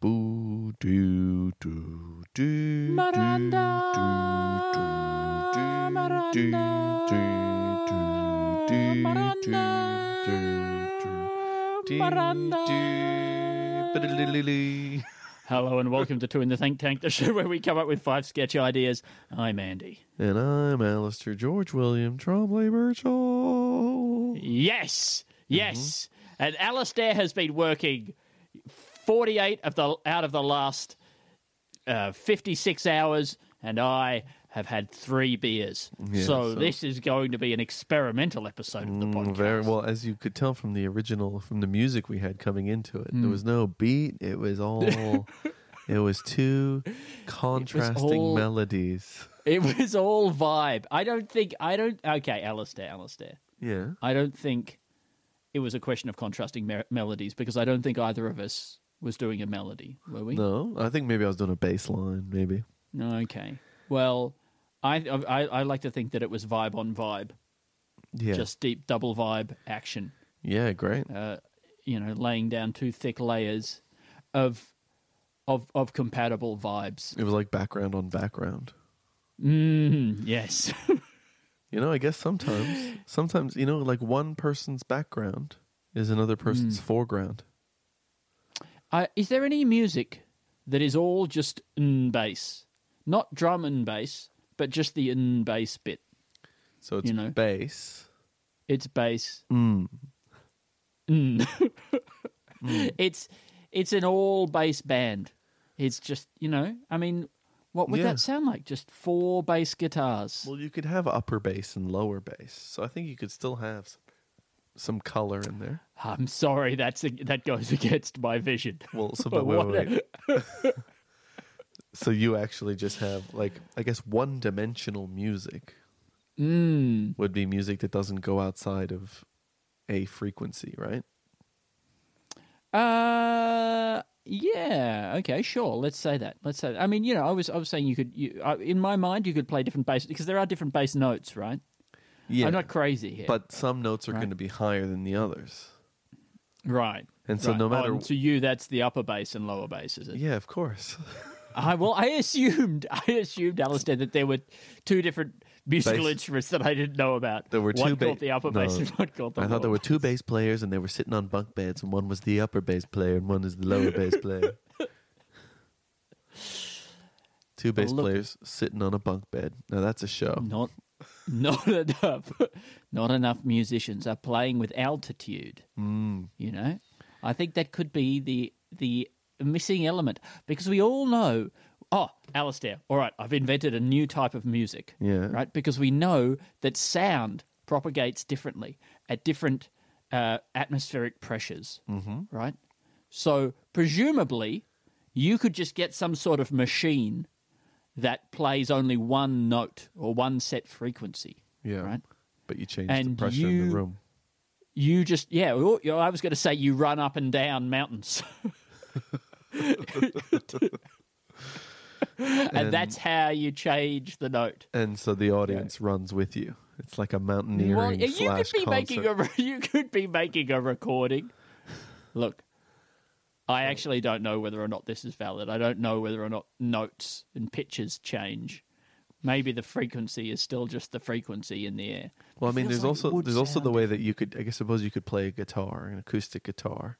Boo doo doo doo Miranda doo, doo, doo, doo, doo, doo, doo, doo, doo, doo. Hello and welcome to Two in the Think Tank, the show where we come up with five sketch ideas. I'm Andy. And I'm Alistair George William Trombley Birchall. Yes, yes. Mm-hmm. And Alistair has been working 48 of the out of the last uh, 56 hours, and I have had three beers. so, so- this is going to be an experimental episode of the Mm, podcast. Very well, as you could tell from the original, from the music we had coming into it, there was Mm. no beat. It was all, it was two contrasting all- melodies. It was all vibe. I don't think I don't. Okay, Alistair, Alistair. Yeah, I don't think it was a question of contrasting mer- melodies because I don't think either of us was doing a melody, were we? no, I think maybe I was doing a bass line. Maybe No, Okay. Well, I, I I like to think that it was vibe on vibe, yeah, just deep double vibe action. yeah, great. Uh, you know, laying down two thick layers of of of compatible vibes. It was like background on background. Mm, yes. You know, I guess sometimes, sometimes you know, like one person's background is another Mm. person's foreground. Uh, is there any music that is all just n bass, not drum and bass, but just the n bass bit? So it's You know. bass. It's bass. Mm. Mm. It's it's an all bass band. It's just you know, I mean, what would Yeah. that sound like? Just four bass guitars. Well, you could have upper bass and lower bass, so I think you could still have s- some color in there. I'm sorry, that's that goes against my vision. Well, so but wait, What wait, wait. so you actually just have like I guess one-dimensional music Mm. would be music that doesn't go outside of a frequency, right? Uh, yeah. Okay, sure. Let's say that. Let's say that. I mean, you know, I was I was saying you could. You, I, in my mind, you could play different bass because there are different bass notes, right? Yeah, I'm not crazy here, but some notes are going to be higher than the others, right. and so right. no matter. Oh, and to you, that's the upper bass and lower bass, is it? yeah, of course. I well, I assumed, I assumed, Alistair, that there were two different musical Bass. instruments that I didn't know about. There were two. one ba- called the upper No, bass and one called the. I lower thought there were two bass players, and they were sitting on bunk beds, and one was the upper bass player, and one is the lower bass player. Two bass look- players sitting on a bunk bed. Now that's a show. Not, not enough. Not enough musicians are playing with altitude. Mm. You know, I think that could be the the missing element because we all know. Oh, Alistair. All right, I've invented a new type of music. Yeah. Right, because we know that sound propagates differently at different uh, atmospheric pressures. Mm-hmm. Right. So presumably, you could just get some sort of machine that plays only one note or one set frequency. Yeah. Right. But you changed the And pressure in the you- room. You just yeah. oh, you know, I was going to say you run up and down mountains, and, that's how you change the note. And so the audience runs with you. It's like a mountaineering Well, you could slash be concert. making a re- you could be making a recording. Look, I actually don't know whether or not this is valid. I don't know whether or not notes and pitches change. Maybe the frequency is still just the frequency in the air. well, I mean, there's Feels like it also would there's also the sound way that you could. I guess suppose you could play a guitar, an acoustic guitar,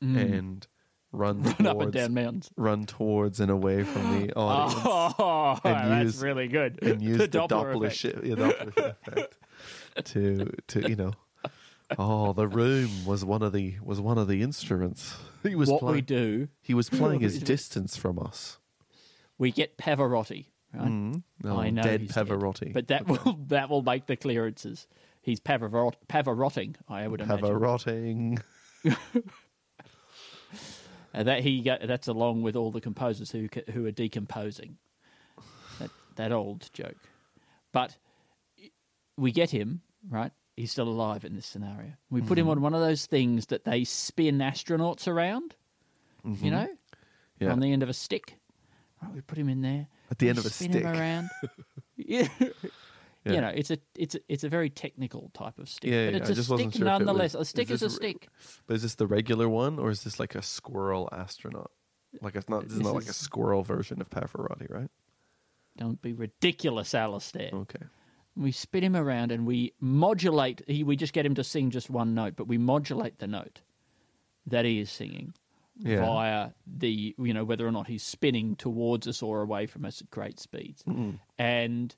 and run, Mm. run up and towards- down mountains. run towards and away from the audience. Oh, And that's use- really good. and use the, Doppler, effect. shi- yeah, Doppler effect to to you know. Oh, the room was one of the was one of the instruments. He was What playing, we do, He was playing his distance from us. we get Pavarotti. Right? Oh, I know dead he's dead, Pavarotti. but that will that will make the clearances. He's Pavarot, Pavarotting, I would imagine. Pavarotting. Uh, that he go- that's along with all the composers who ca- who are decomposing. That that old joke, but we get him right. He's still alive in this scenario. We put him Mm-hmm. on one of those things that they spin astronauts around. Mm-hmm. You know, Yeah. on the end of a stick. Right, we put him in there At the we end of a spin him stick. around. yeah. Yeah. You know, it's a it's a, it's a very technical type of stick, Yeah, but yeah, it's I a just wasn't stick sure if it was- nonetheless. a is stick is, this a re- stick. But is this the regular one, or is this like a squirrel astronaut? Like it's not. This is This not like a is- squirrel version of Pavarotti, right? Don't be ridiculous, Alistair. Okay. We spin him around and we modulate. He, we just get him to sing just one note, but we modulate the note that he is singing Yeah. via the you know whether or not he's spinning towards us or away from us at great speeds, and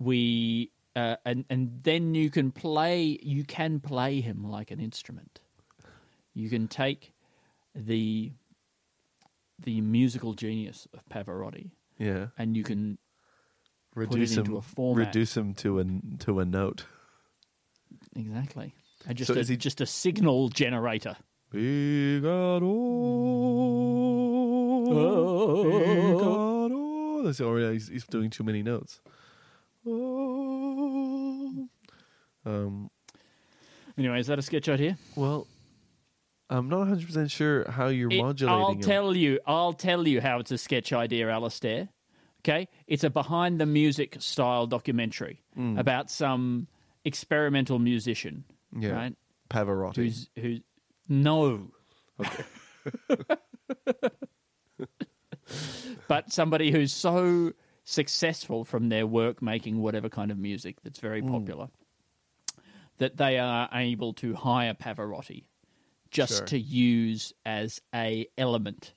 we uh, and and then you can play you can play him like an instrument. You can take the the musical genius of Pavarotti Yeah. and you can it Reduce into him. a format. Reduce him to a to a note. Exactly. And just So a, is he- just a signal generator. Figaro. Figaro. That's already he's, he's doing too many notes. Oh. Um. Anyway, is that a sketch idea? Well, I'm not 100 percent sure how you're It- modulating. I'll him. tell you. I'll tell you how it's a sketch idea, Alistair. Okay, it's a behind the music style documentary Hmm. about some experimental musician. Yeah. Right. Pavarotti. Who's who? No. but somebody who's so successful from their work making whatever kind of music that's very Mm. popular that they are able to hire Pavarotti just Sure. to use as a element.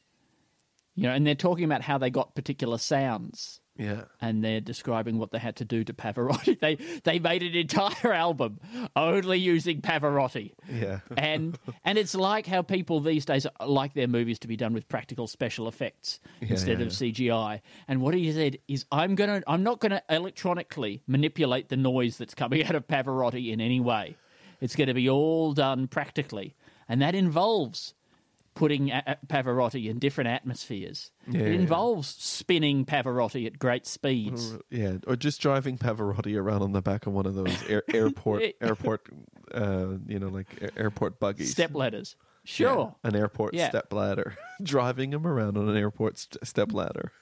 You know, and they're talking about how they got particular sounds yeah. and they're describing what they had to do to Pavarotti. They they made an entire album only using Pavarotti. Yeah. And and it's like how people these days like their movies to be done with practical special effects instead yeah, of CGI. And what he said is I'm going to I'm not going to electronically manipulate the noise that's coming out of Pavarotti in any way. It's going to be all done practically. And that involves putting a- a- Pavarotti in different atmospheres. Yeah, it yeah. involves spinning Pavarotti at great speeds. Yeah, or just driving Pavarotti around on the back of one of those air, airport airport, uh, you know, like air, airport buggies. Step ladders. Yeah, Sure. an airport Yeah. step ladder. driving him around on an airport st- step ladder.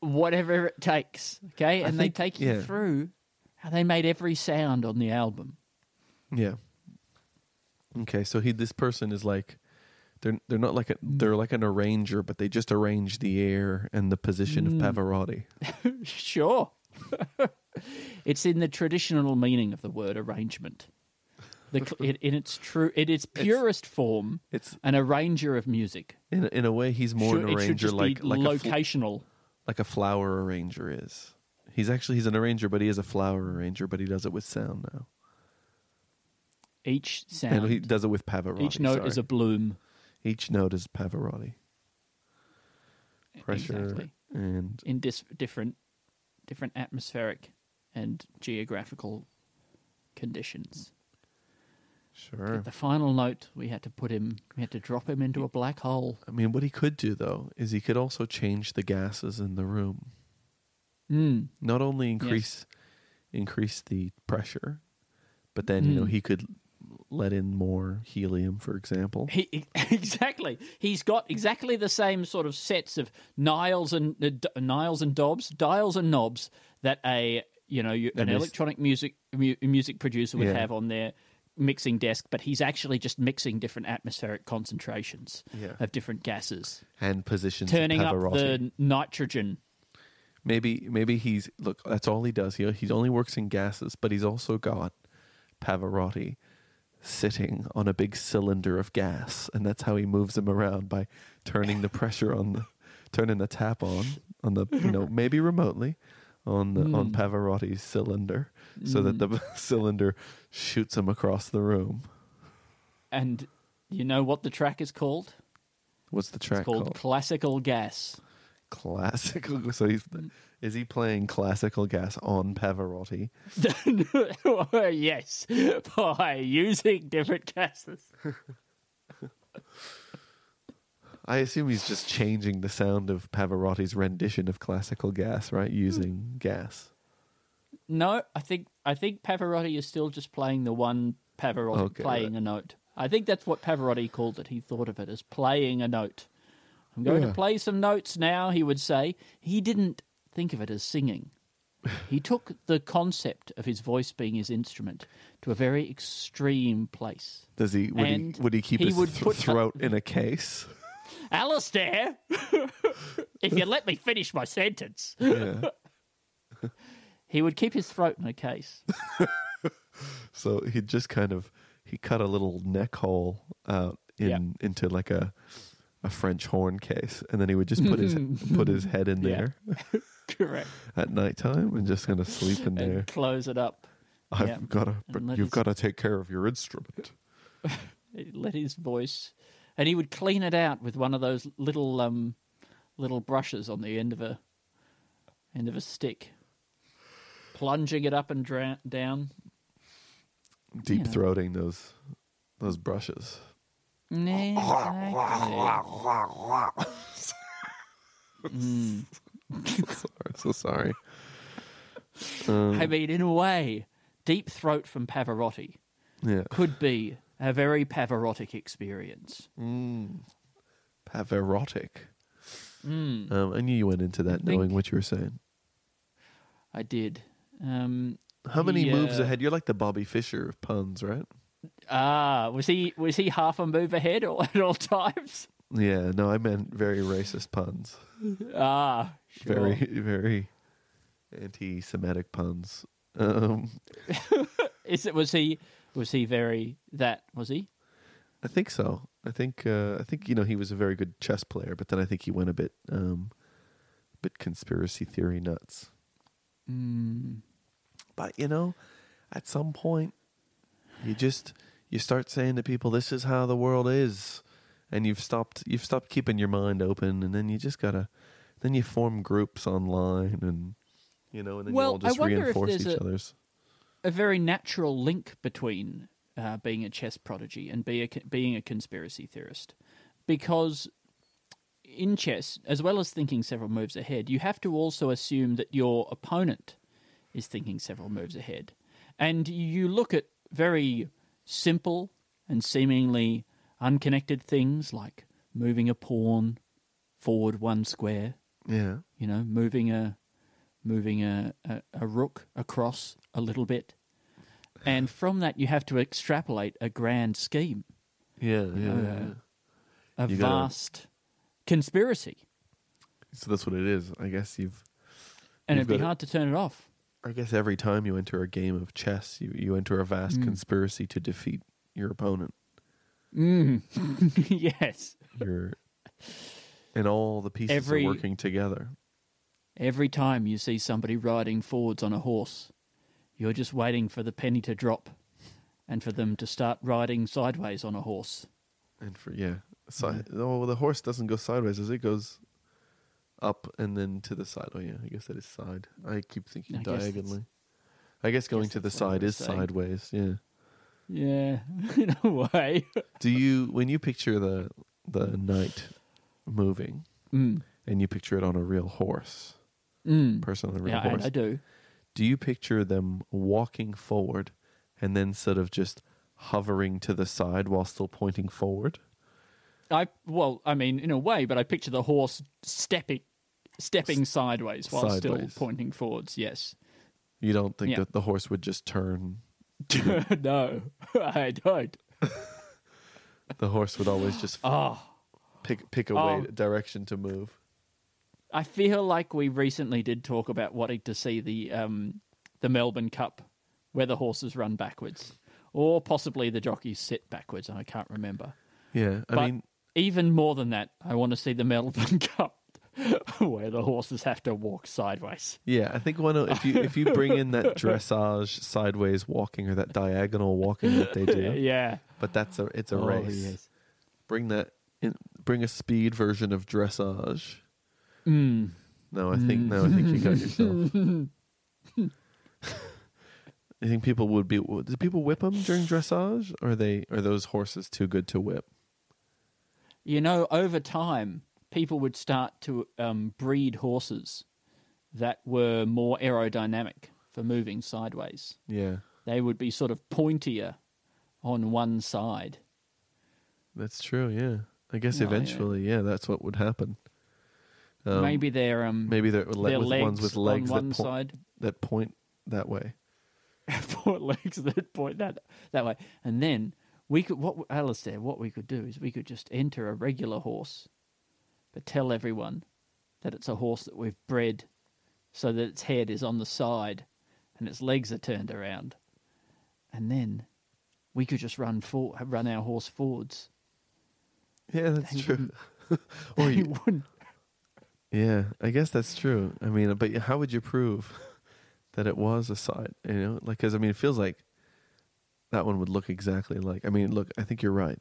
Whatever it takes. Okay. And think- they take you yeah. through how they made every sound on the album. Yeah. Okay, so he this person is like, they're they're not like a Mm. they're like an arranger, but they just arrange the air and the position Mm. of Pavarotti. sure. it's in the traditional meaning of the word arrangement. The, cl- it, in its true, in its purest form, it's- an arranger of music. In in a way, he's more Should- an it should arranger just like be like a fl- locational. like a flower arranger is. He's actually he's an arranger, but he is a flower arranger, but he does it with sound now. each And he sound, does it with Pavarotti. each note is a sorry. bloom. each note is Pavarotti. Pressure Exactly. and in dis- different different atmospheric and geographical conditions. sure. The final note we had to put him we had to drop him into a black hole. I mean, what he could do though is he could also change the gases in the room. Mm. Not only increase increase the pressure, but then Mm. you know he could let in more helium, for example. He, he- exactly. He's got exactly the same sort of sets of Niles and uh, d- Niles and Dobbs, dials and knobs that a you know you, an And this- electronic music mu- music producer would Yeah. have on their mixing desk, but he's actually just mixing different atmospheric concentrations Yeah. of different gases. And positions of turning up Pavarotti. the nitrogen. Maybe maybe he's look. That's all he does. He he only works in gases, but he's also got Pavarotti sitting on a big cylinder of gas, and that's how he moves him around by turning the pressure on the turning the tap on on the you know maybe remotely on the Hmm. on Pavarotti's cylinder, so that the cylinder shoots him across the room. And you know what the track is called? What's the track It's called called? Classical Gas. classical. So he's Hmm. is he playing classical gas on Pavarotti? yes, by using different gases. I assume he's just changing the sound of Pavarotti's rendition of classical gas, right? Hmm. Using gas. No, I think I think Pavarotti is still just playing the one Pavarotti Okay, playing right. a note. I think that's what Pavarotti called it. He thought of it as playing a note. I'm going to play some notes now, he would say. He didn't think of it as singing. He took the concept of his voice being his instrument to a very extreme place. Does he would And he would he keep he his would th- put- throat in a case? Alistair, if you let me finish my sentence. Yeah. He would keep his throat in a case. So he just kind of he cut a little neck hole out in Yeah. into like a a French horn case, and then he would just put his put his head in Yeah. there Correct. at nighttime and just kind of sleep in there. And close it up. I've yeah. got to, And let you've his- got to take care of your instrument. let his voice, and he would clean it out with one of those little um, little brushes on the end of a end of a stick, plunging it up and dra- down. Deep throating those those brushes. Nah, exactly. I'm so sorry. I mean, in a way, deep throat from Pavarotti Yeah, could be a very Pavarotic experience. Pavarotic. Um, I knew you went into that knowing think- what you were saying. I did. Um, How many he, moves uh, ahead? You're like the Bobby Fischer of puns, right? Ah, was he was he half a move ahead all, at all times? Yeah, no, I meant very racist puns. Ah, sure. Very, very anti-Semitic puns. Um, Is it was he was he very that was he? I think so. I think uh, I think you know he was a very good chess player, but then I think he went a bit, um, bit conspiracy theory nuts. Hmm. But you know, at some point, you just you start saying to people, "This is how the world is," and you've stopped you've stopped keeping your mind open, and then you just gotta then you form groups online, and you know, and then Well, you all just I wonder if reinforce there's each a- other's. a very natural link between uh, being a chess prodigy and be a, being a conspiracy theorist, because in chess, as well as thinking several moves ahead, you have to also assume that your opponent is thinking several moves ahead, and you look at very simple and seemingly unconnected things like moving a pawn forward one square Yeah, you know, moving a moving a, a, a rook across a little bit. And from that you have to extrapolate a grand scheme, yeah, yeah. Uh, yeah. a You gotta- vast conspiracy. So that's what it is. I guess you've And You've it'd be gotta- hard to turn it off. I guess every time you enter a game of chess, you, you enter a vast Hmm. conspiracy to defeat your opponent. Mm. yes. You're, and all the pieces Every- are working together. Every time you see somebody riding forwards on a horse, you're just waiting for the penny to drop and for them to start riding sideways on a horse. And for yeah, si- oh, the horse doesn't go sideways; as it goes up and then to the side. Oh yeah, I guess that is side. I keep thinking I guess that's- diagonally. I guess going to the that's what I side was is saying. sideways. Yeah. Yeah, in a way. Do you when you picture the the knight moving Mm. and you picture it on a real horse, Mm. person on a real Yeah, horse? I, I do. do you picture them walking forward and then sort of just hovering to the side while still pointing forward? I well, I mean, in a way, but I picture the horse stepping, stepping sideways while still sideways. pointing forwards. Yes, You don't think Yeah. that the horse would just turn? no, I don't. The horse would always just Oh, pick pick a way Oh. direction to move. I feel like we recently did talk about wanting to see the um, the Melbourne Cup, where the horses run backwards, or possibly the jockeys sit backwards, and I can't remember. Yeah, I but mean, even more than that, I want to see the Melbourne Cup, where the horses have to walk sideways. yeah, I think one of- if you if you bring in that dressage sideways walking or that diagonal walking that they do, Yeah, but that's a it's a Oh, race. yes. Bring that in, bring a speed version of dressage. Mm. No, I think no, I think you got yourself. I think people would be. Do people whip them during dressage? Or are they are those horses too good to whip? you know, over time, people would start to um, breed horses that were more aerodynamic for moving sideways. Yeah, They would be sort of pointier on one side. that's true. Yeah, I guess No, yeah. eventually, yeah. that's what would happen. Um, maybe they're um, maybe they're le- their with legs ones with legs on one that, point, side, that point that way. four legs that point that that way, and then we could what Alistair, what we could do is we could just enter a regular horse, but tell everyone that it's a horse that we've bred, so that its head is on the side, and its legs are turned around, and then we could just run for run our horse forwards. Yeah, that's They true. or They you, wouldn't. Yeah, I guess that's true. I mean, but how would you prove that it was a side? You know, like because I mean, it feels like that one would look exactly like. I mean, look, I think you're right.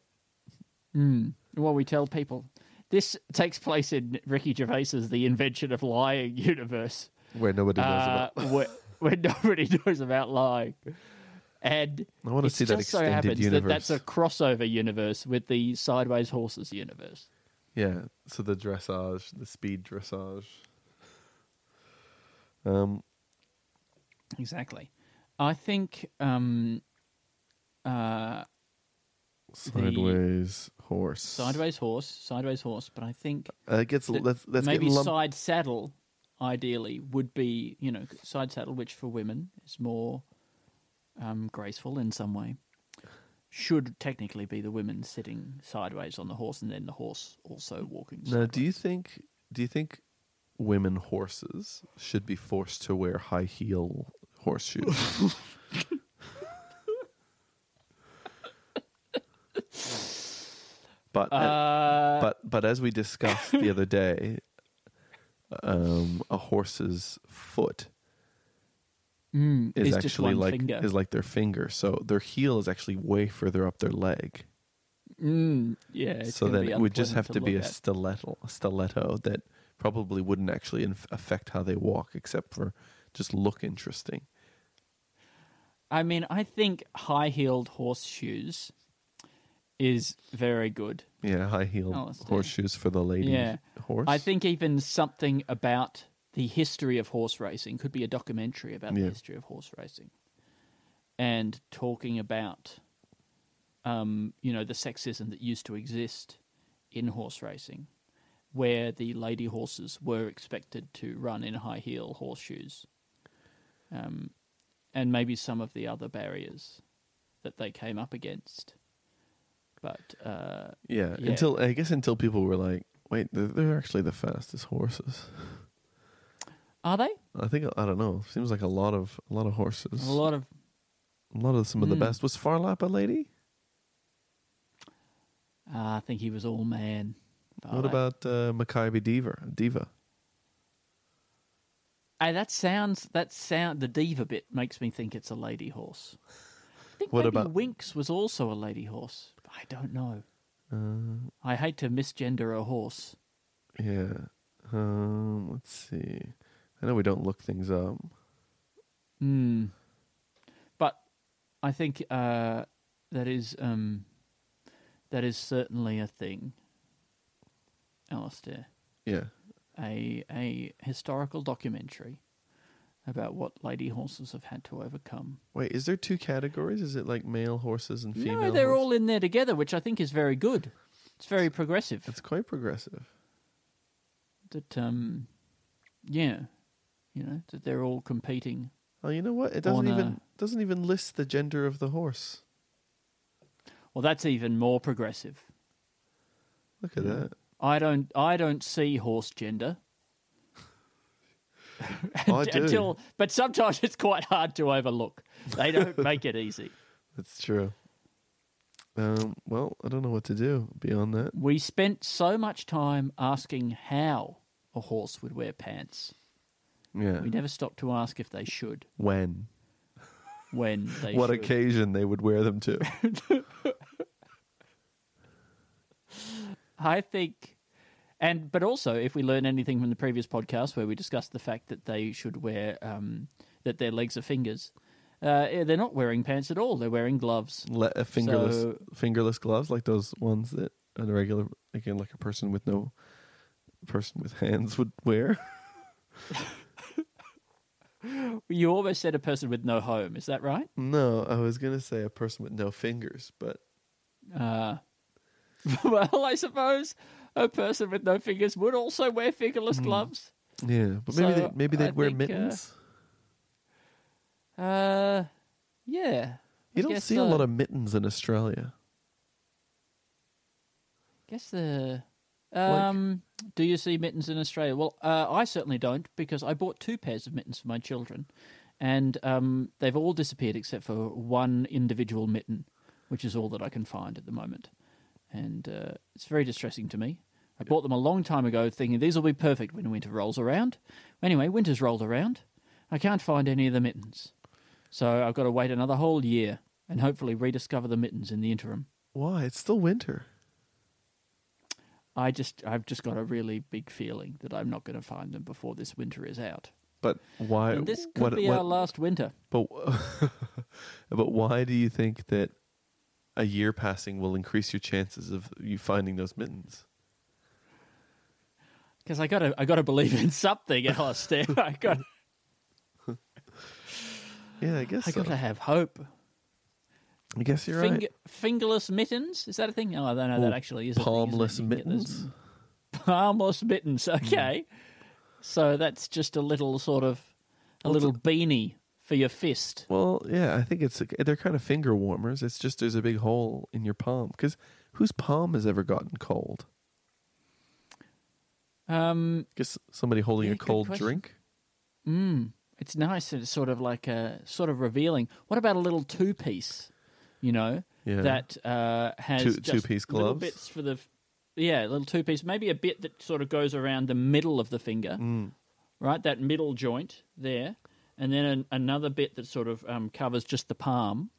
Hmm. Mm. Well, we tell people this takes place in Ricky Gervais's The Invention of Lying universe. Where nobody knows uh, about. where, where nobody knows about lying. And I want to it's see that just so extended happens universe. that that's a crossover universe with the Sideways Horses universe. Yeah, so the dressage, the speed dressage. Um, Exactly. I think um, uh, sideways horse. sideways horse, sideways horse, but I think Uh, it gets that's that's maybe getting lump- side saddle, ideally, would be, you know, side saddle, which for women is more um, graceful in some way, should technically be the women sitting sideways on the horse and then the horse also walking. Now, do you sideways. think do you think women horses should be forced to wear high heel horseshoes? but Uh, but but as we discussed the other day, um, a horse's foot mm, is it's just actually one like finger. is like their finger, so their heel is actually way further up their leg. Mm, yeah. it's so gonna then be it would just have unpleasant to, be a look at. stiletto, a stiletto that probably wouldn't actually inf- affect how they walk, except for just look interesting. I mean, I think high-heeled horseshoes is very good. Yeah, high Oh, heel let's do it. horseshoes for the lady Yeah. horse. I think even something about the history of horse racing could be a documentary about Yeah. the history of horse racing, and talking about, um, you know, the sexism that used to exist in horse racing, where the lady horses were expected to run in high heel horseshoes, um, and maybe some of the other barriers that they came up against. But uh, Yeah, yeah. until I guess until people were like, wait, they're, they're actually the fastest horses. are they I think I don't know. Seems like a lot of a lot of horses. a lot of? A lot of some of the Mm. best. Was Farlap a lady? Ah, I think he was all man. what Barlow. about uh, Maccabi Diva? Diva. Hey, that sounds that sound the diva bit makes me think it's a lady horse. I think What maybe about- Winx was also a lady horse. I don't know. Uh, I hate to misgender a horse. yeah. Um, let's see. I know we don't look things up. Hmm. But I think uh, that is um, that is certainly a thing, Alistair. Yeah. a a historical documentary about what lady horses have had to overcome. Wait, is there two categories? Is it like male horses and female? no, they're horses? all in there together, which I think is very good. It's very progressive. It's quite progressive. that um, yeah, you know that they're all competing. Oh, you know what? It doesn't On a- even doesn't even list the gender of the horse. Well, that's even more progressive. Look at that. I don't I don't see horse gender. I do. Until, but sometimes it's quite hard to overlook. They don't make it easy. That's true. Um, well, I don't know what to do beyond that. We spent so much time asking how a horse would wear pants. Yeah. We never stopped to ask if they should, When? when they what should. occasion they would wear them to? I think, and but also if we learn anything from the previous podcast where we discussed the fact that they should wear um, that their legs are fingers, uh, eh, they're not wearing pants at all. They're wearing gloves. Le- uh, fingerless So- fingerless gloves like those ones that a regular again like a person with no person with hands would wear. You almost said a person with no home. Is that right? no, I was gonna say a person with no fingers, but Uh, well, I suppose a person with no fingers would also wear fingerless Hmm. gloves. yeah, but maybe So, they, maybe they'd I wear think, uh, mittens. Uh, yeah. I you don't guess uh, see so. a lot of mittens in Australia. Guess the. Um, do you see mittens in Australia? Well, uh, I certainly don't because I bought two pairs of mittens for my children, and um, they've all disappeared except for one individual mitten, which is all that I can find at the moment, and uh, it's very distressing to me. I bought them a long time ago, thinking these will be perfect when winter rolls around. Anyway, winter's rolled around. I can't find any of the mittens, so I've got to wait another whole year and hopefully rediscover the mittens in the interim. Why? It's still winter. I just I've just got a really big feeling that I'm not going to find them before this winter is out. But why? And this could be our last winter. But but why do you think that a year passing will increase your chances of you finding those mittens? Because I gotta I gotta believe in something, Alistair. I got Yeah, I guess I so. gotta have hope. I guess you're Finger, right. Fingerless mittens is that a thing? Oh, I don't know. That Or actually is a thing, isn't it? Palmless You can get those- mittens. Hmm. Palmless mittens. Okay, so that's just a little sort of a little beanie for your fist. Well, yeah, I think it's they're kind of finger warmers. It's just there's a big hole in your palm because whose palm has ever gotten cold? Um, Guess somebody holding Yeah, a good cold question. drink. Hmm. It's nice that it's sort of like a sort of revealing. What about a little two piece? You know Yeah. that uh, has Two- just two-piece little gloves? bits for the yeah little two piece. Maybe a bit that sort of goes around the middle of the finger, Mm. right? That middle joint there, and then an, another bit that sort of um, covers just the palm.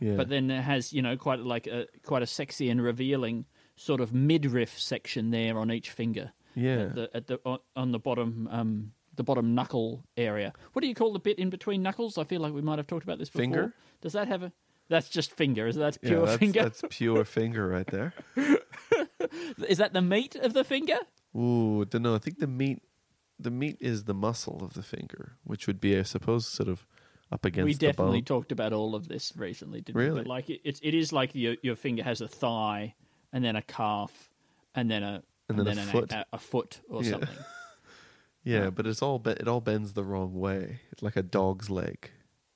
Yeah, But then it has you know quite like a quite a sexy and revealing sort of midriff section there on each finger yeah, at the at the on- on the bottom um the bottom knuckle area. What do you call the bit in between knuckles? I feel like we might have talked about this before. Finger? Does that have a? That's just finger. Is that Yeah, pure that's, finger? that's pure finger right there. Is that the meat of the finger? Ooh, don't know. I think the meat, the meat is the muscle of the finger, which would be, I suppose, sort of up against we definitely the bone. talked about all of this recently, didn't we? Really? But like it, it's it is like your your finger has a thigh and then a calf and then a And then a an- foot. a, a foot or Yeah. something. yeah, but it's all be- it all bends the wrong way, It's like a dog's leg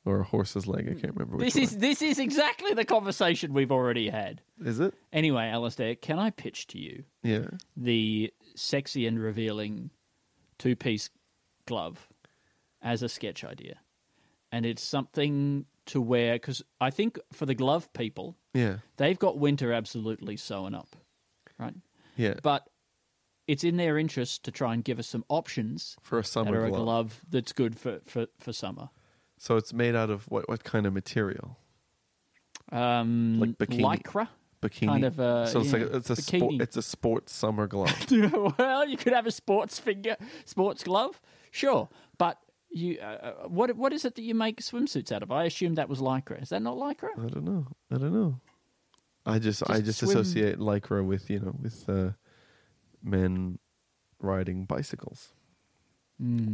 or a horse's leg. I can't remember. Which this is this is exactly the conversation we've already had. one. is it? Anyway, Alistair, can I pitch to you? Yeah, the sexy and revealing two piece glove as a sketch idea. And it's something to wear because I think for the glove people, yeah, they've got winter absolutely sewn up, right? yeah. But it's in their interest to try and give us some options for a that summer are a glove. glove that's good for, for, for summer. So it's made out of what? What kind of material? Um, Like bikini- Lycra? Bikini. Kind of, uh, so it's yeah, like it's a sport. bikini. It's a sports summer glove. well, you could have a sports finger, sports glove, sure. But you, uh, uh, what what is it that you make swimsuits out of? I assume that was lycra. Is that not lycra? I don't know. I don't know. I just, I Just just swim- associate lycra with you know with uh, men riding bicycles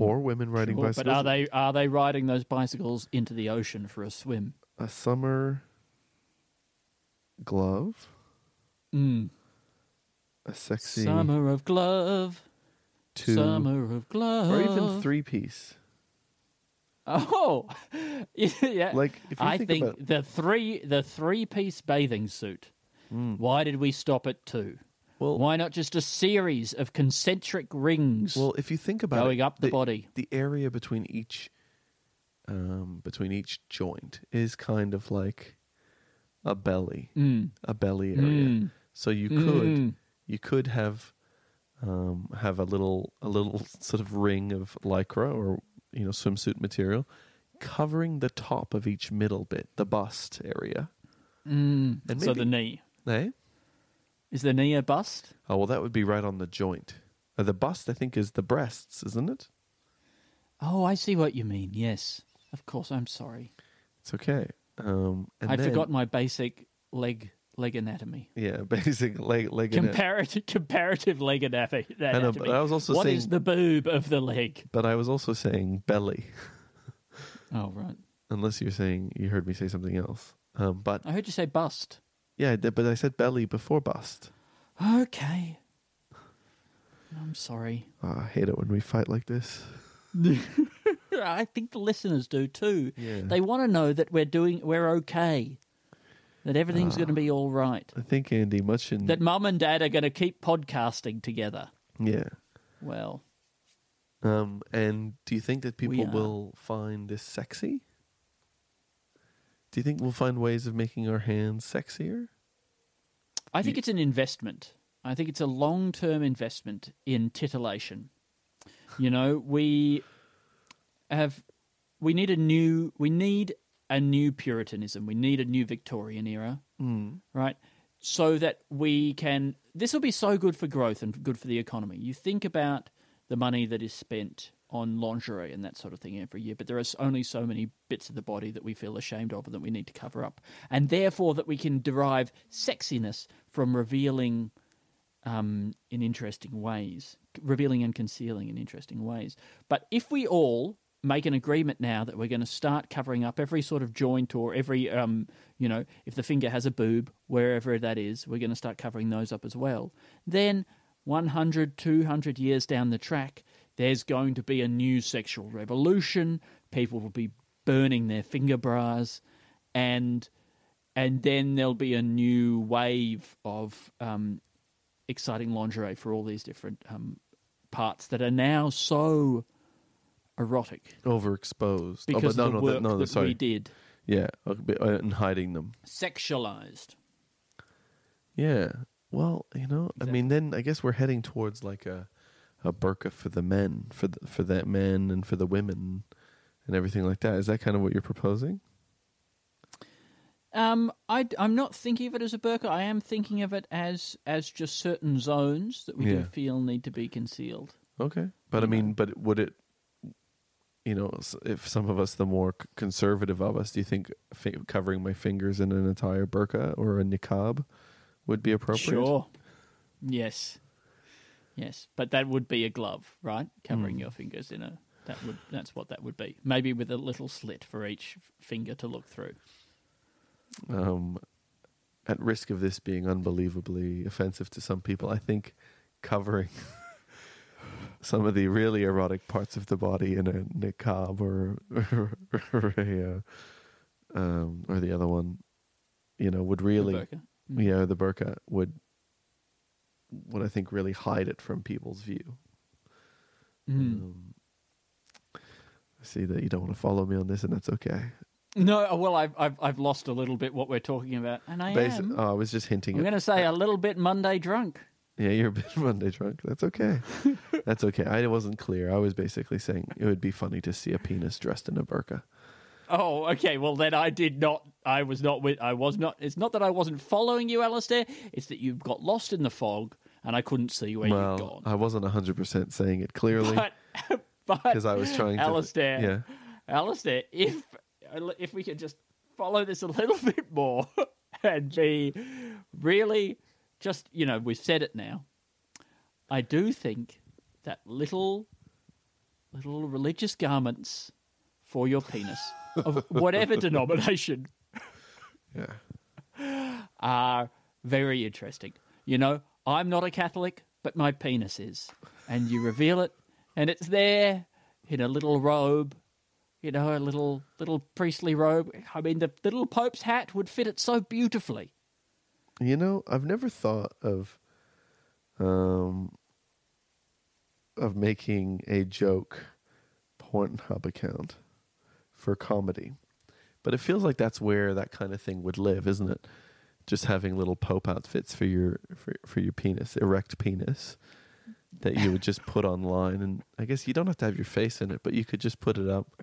or women riding Or- bicycles. Hmm. but are they are they riding those bicycles into the ocean for a swim? a summer glove? Mm. A sexy Summer of glove, two summer of glove, or even three piece. Oh, yeah. Like, if you I think think about- the three the three piece bathing suit. Why did we stop at two? Hmm. Well- why not just a series of concentric rings? Well, if you think about Going it, up the body. the area between each, um, between each joint is kind of like a belly, Hmm. a belly area. So you could you could have um, have a little a little sort of ring of lycra or you know swimsuit material covering the top of each middle bit, the bust area. And so the maybe- knee Eh? is the knee a bust? Oh well, that would be right on the joint. Uh, the bust, I think, is the breasts, isn't it? Oh, I see what you mean. Yes, of course. I'm sorry. It's okay. Um, and I then, forgot my basic leg leg anatomy. Yeah, basic leg leg ana- Comparative, comparative leg anatomy. I know, but I was also What saying- is the boob of the leg? But I was also saying belly, Oh right, unless you're saying you heard me say something else. Um, but I heard you say bust. yeah, I did- but I said belly before bust. Okay, I'm sorry. Ah, I hate it when we fight like this. I think the listeners do too. Yeah. They want to know that we're doing, we're okay, that everything's going to be all right, I think Andy, much in that mum and dad are going to keep podcasting together. yeah. Well, Um, and do you think that people are. will find this sexy? Do you think we'll find ways of making our hands sexier? I think it's an investment. I think it's a long term investment in titillation. You know, we have we need a new we need a new Puritanism. We need a new Victorian era. Mm. Right? So that we can this will be so good for growth and good for the economy. You think about the money that is spent on lingerie and that sort of thing every year, but there are only so many bits of the body that we feel ashamed of and that we need to cover up. And therefore that we can derive sexiness from revealing um, in interesting ways, revealing and concealing in interesting ways. But if we all make an agreement now that we're going to start covering up every sort of joint or every, um, you know, if the finger has a boob, wherever that is, we're going to start covering those up as well, then 100, 200 years down the track, there's going to be a new sexual revolution. People will be burning their finger bras and and then there'll be a new wave of um, exciting lingerie for all these different um, parts that are now so erotic Overexposed? Oh, because but no, of the no, work that, no, that sorry. we did Yeah, a bit- uh, and hiding them. sexualized. Yeah. Well, you know, I mean, then I guess we're heading towards like a a burqa for the men, for the, for that men and for the women, and everything like that. Is that kind of what you're proposing? Um, I, am not thinking of it as a burqa. I am thinking of it as as just certain zones that we do Yeah. feel need to be concealed. Okay, but I mean, but would it? You know, s- if some of us, the more c- conservative of us, do you think fi- covering my fingers in an entire burqa or a niqab would be appropriate? Sure. Yes. Yes, but that would be a glove, right? Covering Hmm. your fingers in a that would that's what that would be. Maybe with a little slit for each f- finger to look through. um, at risk of this being unbelievably offensive to some people, I think covering some of the really erotic parts of the body in a niqab or or a uh, um, or the other one, you know, would really burqa. yeah the burqa would would I think really hide it from people's view. Um, I see that you don't want to follow me on this, and that's okay. No, oh, well, I've, I've I've lost a little bit what we're talking about, and I Basi- am. oh, I was just hinting. I'm at- going to say a little bit Monday drunk. Yeah, you're a bit Monday drunk. That's okay. That's okay. I wasn't clear. I was basically saying it would be funny to see a penis dressed in a burqa. Oh, okay. Well, then I did not. I was not with. I was not. It's not that I wasn't following you, Alistair. It's that you got lost in the fog, and I couldn't see where you'd Well, gone. I wasn't 100% saying it clearly but but because I was trying to. Alistair, Yeah. Alistair, if if we could just follow this a little bit more and be really just, you know, we've said it now. I do think that little little religious garments for your penis of whatever denomination Yeah. are very interesting. You know, I'm not a Catholic, but my penis is. And you reveal it, and it's there in a little robe, you know, a little little priestly robe. I mean, the little Pope's hat would fit it so beautifully. You know, I've never thought of um of making a joke Pornhub account for comedy. But it feels like that's where that kind of thing would live, isn't it? Just having little pope outfits for your for, for your penis, erect penis that you would just put online and I guess you don't have to have your face in it, but you could just put it up.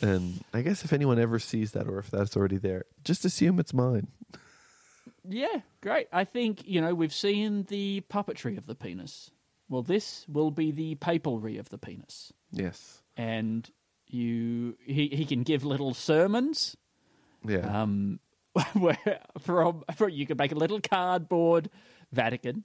And I guess if anyone ever sees that or if that's already there, just assume it's mine. Yeah, great. I think, you know, we've seen the puppetry of the penis. Well, this will be the papalry of the penis. Yes. And you he, he can give little sermons Yeah. um, where from, from you could make a little cardboard Vatican,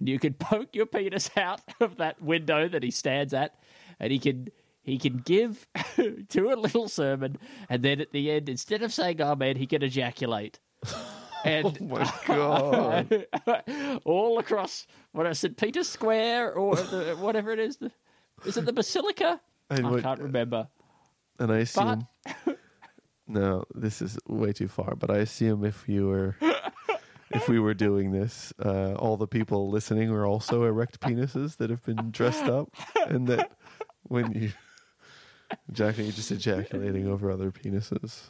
and you could poke your penis out of that window that he stands at, and he can he can give to a little sermon, and then at the end, instead of saying "Amen," he can ejaculate. And my god. all across what is it, Peter's Square or the, whatever it is. The, is it the Basilica? And I what- can't remember. And I assume. no, this is way too far. But I assume if you were, if we were doing this, uh, all the people listening were also erect penises that have been dressed up, and that when you ejaculate, you're just ejaculating over other penises.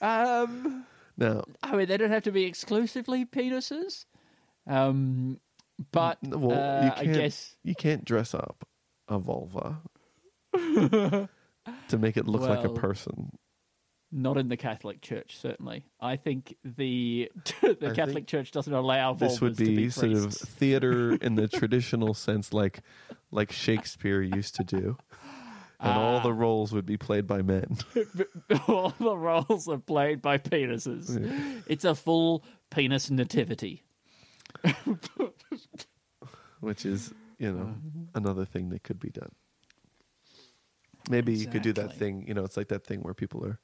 Um, Now, I mean, they don't have to be exclusively penises, um, but n- well, you uh, I can't. guess You can't dress up a vulva to make it look like a Well, person. not in the Catholic Church. Certainly, I think the the I Catholic think Church doesn't allow this would vulvas to be, be sort of priests. theater in the traditional sense like like shakespeare used to do and all the roles would be played by men all the roles are played by penises. It's a full penis nativity. which is you know another thing that could be done maybe you could do that Exactly. thing you know it's like that thing where people are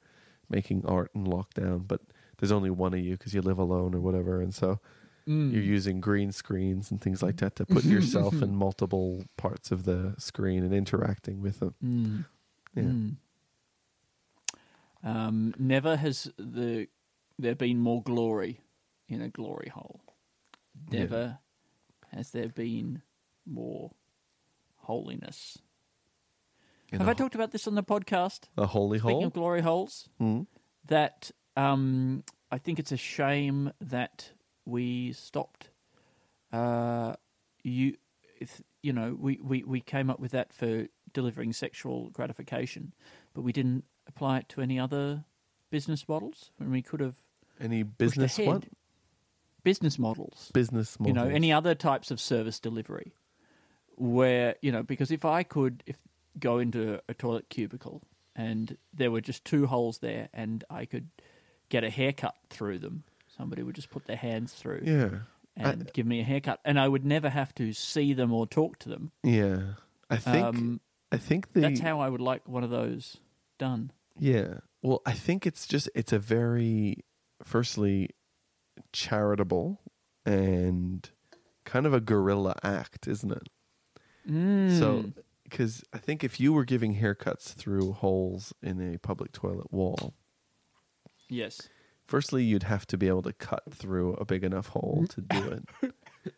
making art in lockdown but there's only one of you because you live alone or whatever and so you're using green screens and things like that to put yourself in multiple parts of the screen and interacting with them Mm. yeah Um, never has the there been more glory in a glory hole. Yeah. Never has there been more holiness. In Have a I talked about this on the podcast? A holy Speaking hole? Hmm. of glory holes, that um, I think it's a shame that we stopped. Uh, you, if, you know, we, we, we came up with that for delivering sexual gratification, but we didn't apply it to any other business models when we could have Any pushed business ahead. what? Business models Business models. you know any other types of service delivery where you know because if i could if go into a toilet cubicle and there were just two holes there and i could get a haircut through them somebody would just put their hands through Yeah. I- and give me a haircut and i would never have to see them or talk to them yeah. I think Um, I think the that's how i would like one of those done Yeah. Well, I think it's just it's a very firstly charitable and kind of a guerrilla act, isn't it? So Hmm. cuz I think if you were giving haircuts through holes in a public toilet wall, yes firstly you'd have to be able to cut through a big enough hole Mm-hmm. to do it.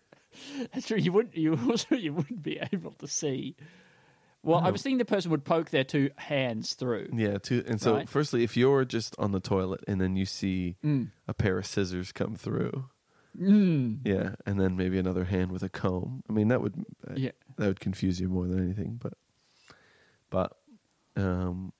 That's true. You wouldn't. You also you wouldn't be able to see. Well, I was thinking the person would poke their two hands through. Yeah, too. And so, Right. firstly, if you're just on the toilet and then you see Mm. a pair of scissors come through, yeah, and then maybe another hand with a comb. I mean, that would uh, Yeah. that would confuse you more than anything. But, but, um,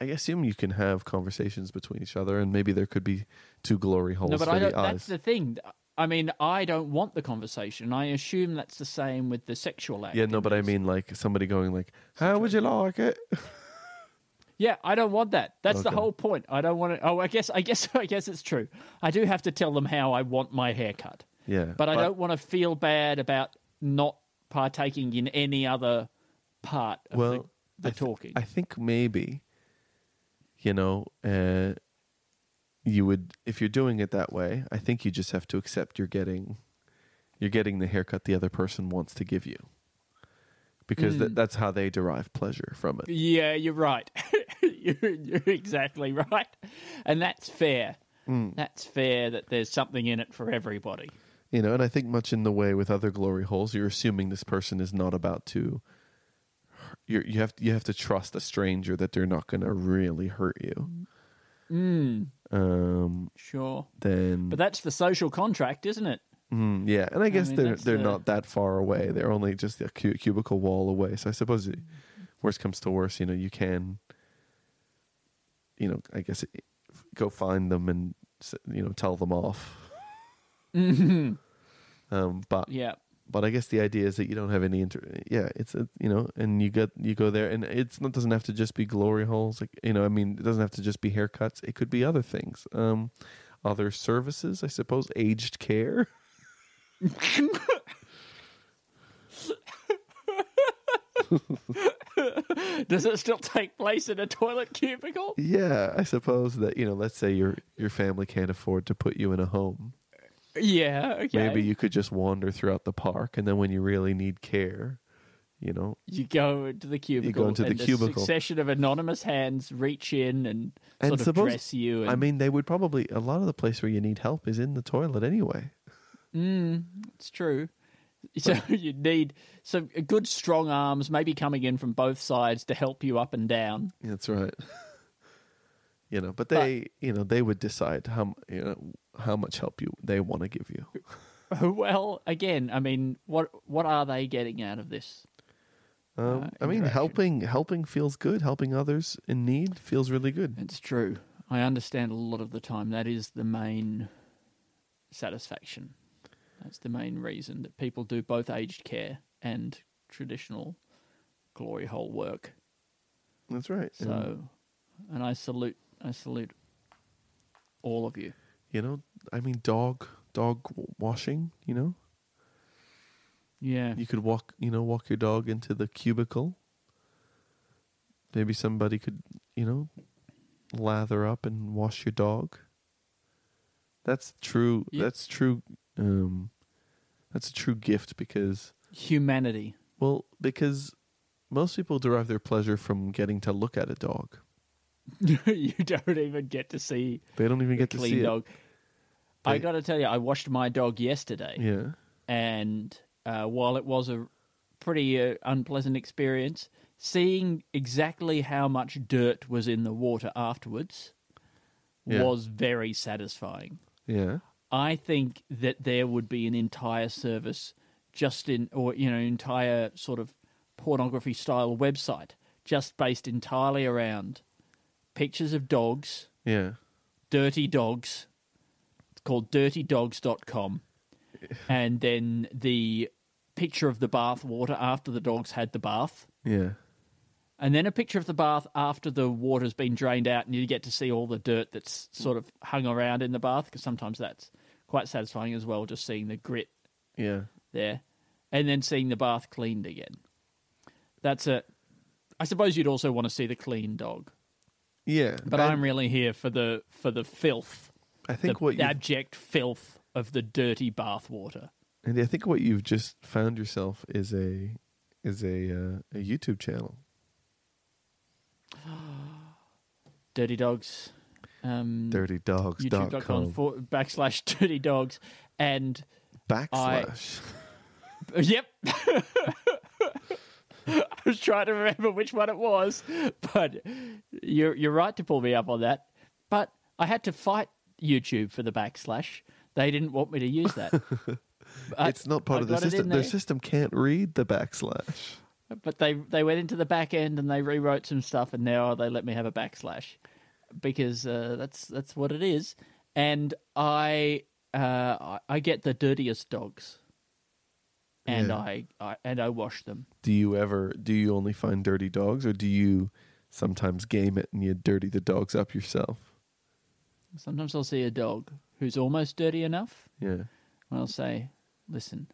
I assume you can have conversations between each other, and maybe there could be two glory holes No, but for I the don't. That's eyes. the thing. I mean, I don't want the conversation. I assume that's the same with the sexual act. yeah, no, but I mean, like somebody going like, "How would you like it?" Yeah, I don't want that. That's the Okay. whole point. I don't want to. Oh, I guess, I guess, I guess it's true. I do have to tell them how I want my haircut, Yeah, but I don't want to feel bad about not partaking in any other part of well, the, the I th- talking. I think maybe, you know, uh, you would if you're doing it that way. I think you just have to accept you're getting, you're getting the haircut the other person wants to give you, because Hmm. tha- that's how they derive pleasure from it. Yeah, you're right. you're, you're exactly right. And that's fair. Hmm. That's fair that there's something in it for everybody. You know, and I think much in the way with other glory holes, you're assuming this person is not about to. You're, you have you have to trust a stranger that they're not going to really hurt Mm. you. Um. Sure. Then, But that's the social contract, isn't it? Mm, yeah, and I guess mean, they're that's they're the- not that far away. They're only just a cu- cubicle wall away. So I suppose, it, worst comes to worst, you know, you can, you know, I guess it, go find them and s- you know tell them off. um, but Mm-hmm. Yeah. but I guess the idea is that you don't have any inter. Yeah, it's a, you know, and you get you go there, and it's not doesn't have to just be glory holes. Like you know, I mean, it doesn't have to just be haircuts. It could be other things. Um, other services, I suppose, aged care. Does it still take place in a toilet cubicle? Yeah, I suppose that you know, let's say your your family can't afford to put you in a home. Yeah, okay. Maybe you could just wander throughout the park, and then when you really need care, you know, you go into the cubicle. into the and a cubicle. Succession of anonymous hands reach in and, and sort suppose of dress you. And, I mean, they would probably a lot of the place where you need help is in the toilet anyway. it's true. So you need some good strong arms, maybe coming in from both sides to help you up and down. That's right. you know, but they, you know, they would decide how m- you know how much help you they want to give you. Well, again, I mean, what what are they getting out of this? Uh, Um, I mean, helping helping feels good. Helping others in need feels really good. It's true. I understand a lot of the time that is the main satisfaction. That's the main reason that people do both aged care and traditional glory hole work. That's right. So, And, and I salute, I salute all of you. you know, I mean, dog dog washing. You know, Yeah, you could walk you know walk your dog into the cubicle. Maybe somebody could you know lather up and wash your dog. That's true. Yeah. That's true. Um, that's a true gift because humanity. Well, because most people derive their pleasure from getting to look at a dog. you don't even get to see They don't even get to clean see dog. I They- got to tell you, I washed my dog yesterday. it. Yeah. and uh, while it was a pretty uh, unpleasant experience, seeing exactly how much dirt was in the water afterwards Yeah. was very satisfying. Yeah. I think that there would be an entire service just in, or you know, entire sort of pornography style website just based entirely around pictures of dogs Yeah. Dirty Dogs. It's called dirtydogs.com. And then the picture of the bath water after the dogs had the bath. Yeah. And then a picture of the bath after the water's been drained out, and you get to see all the dirt that's sort of hung around in the bath, because sometimes that's quite satisfying as well, just seeing the grit Yeah. there. And then seeing the bath cleaned again. That's a. I suppose you'd also want to see the clean dog, Yeah. but And I'm really here for the for the filth I think the what you abject filth of the dirty bathwater. and I think what you've just found yourself is a is a uh, a YouTube channel. Dirty dogs. Um, YouTube.com Dirtydogs.com for, backslash dirty dogs. And uh, backslash. yep. I was trying to remember which one it was, but you're, you're right to pull me up on that. But I had to fight YouTube for the backslash. They didn't want me to use that. But it's not part I of the got it in system. Their there. system can't read the backslash. But they they went into the back end and they rewrote some stuff, and now they let me have a backslash because uh, that's that's what it is. And I uh, I- I get the dirtiest dogs, and Yeah. I, I and I wash them. Do you ever do you only find dirty dogs or do you sometimes game it and you dirty the dogs up yourself? Sometimes I'll see a dog who's almost dirty enough, Yeah. and I'll say, "Listen,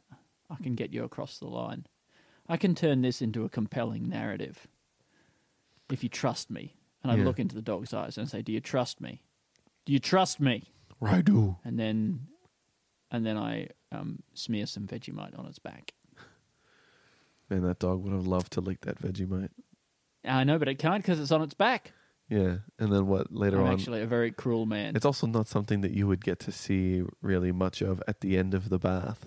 I can get you across the line. I can turn this into a compelling narrative if you trust me." And I Yeah. look into the dog's eyes and I say, "Do you trust me? Do you trust me?" Raidu. and then and then I um, smear some Vegemite on its back. Man, that dog would have loved to lick that Vegemite. I know, but it can't because it's on its back. Yeah, and then what later I'm on? actually a very cruel man. it's also not something that you would get to see really much of at the end of the bath.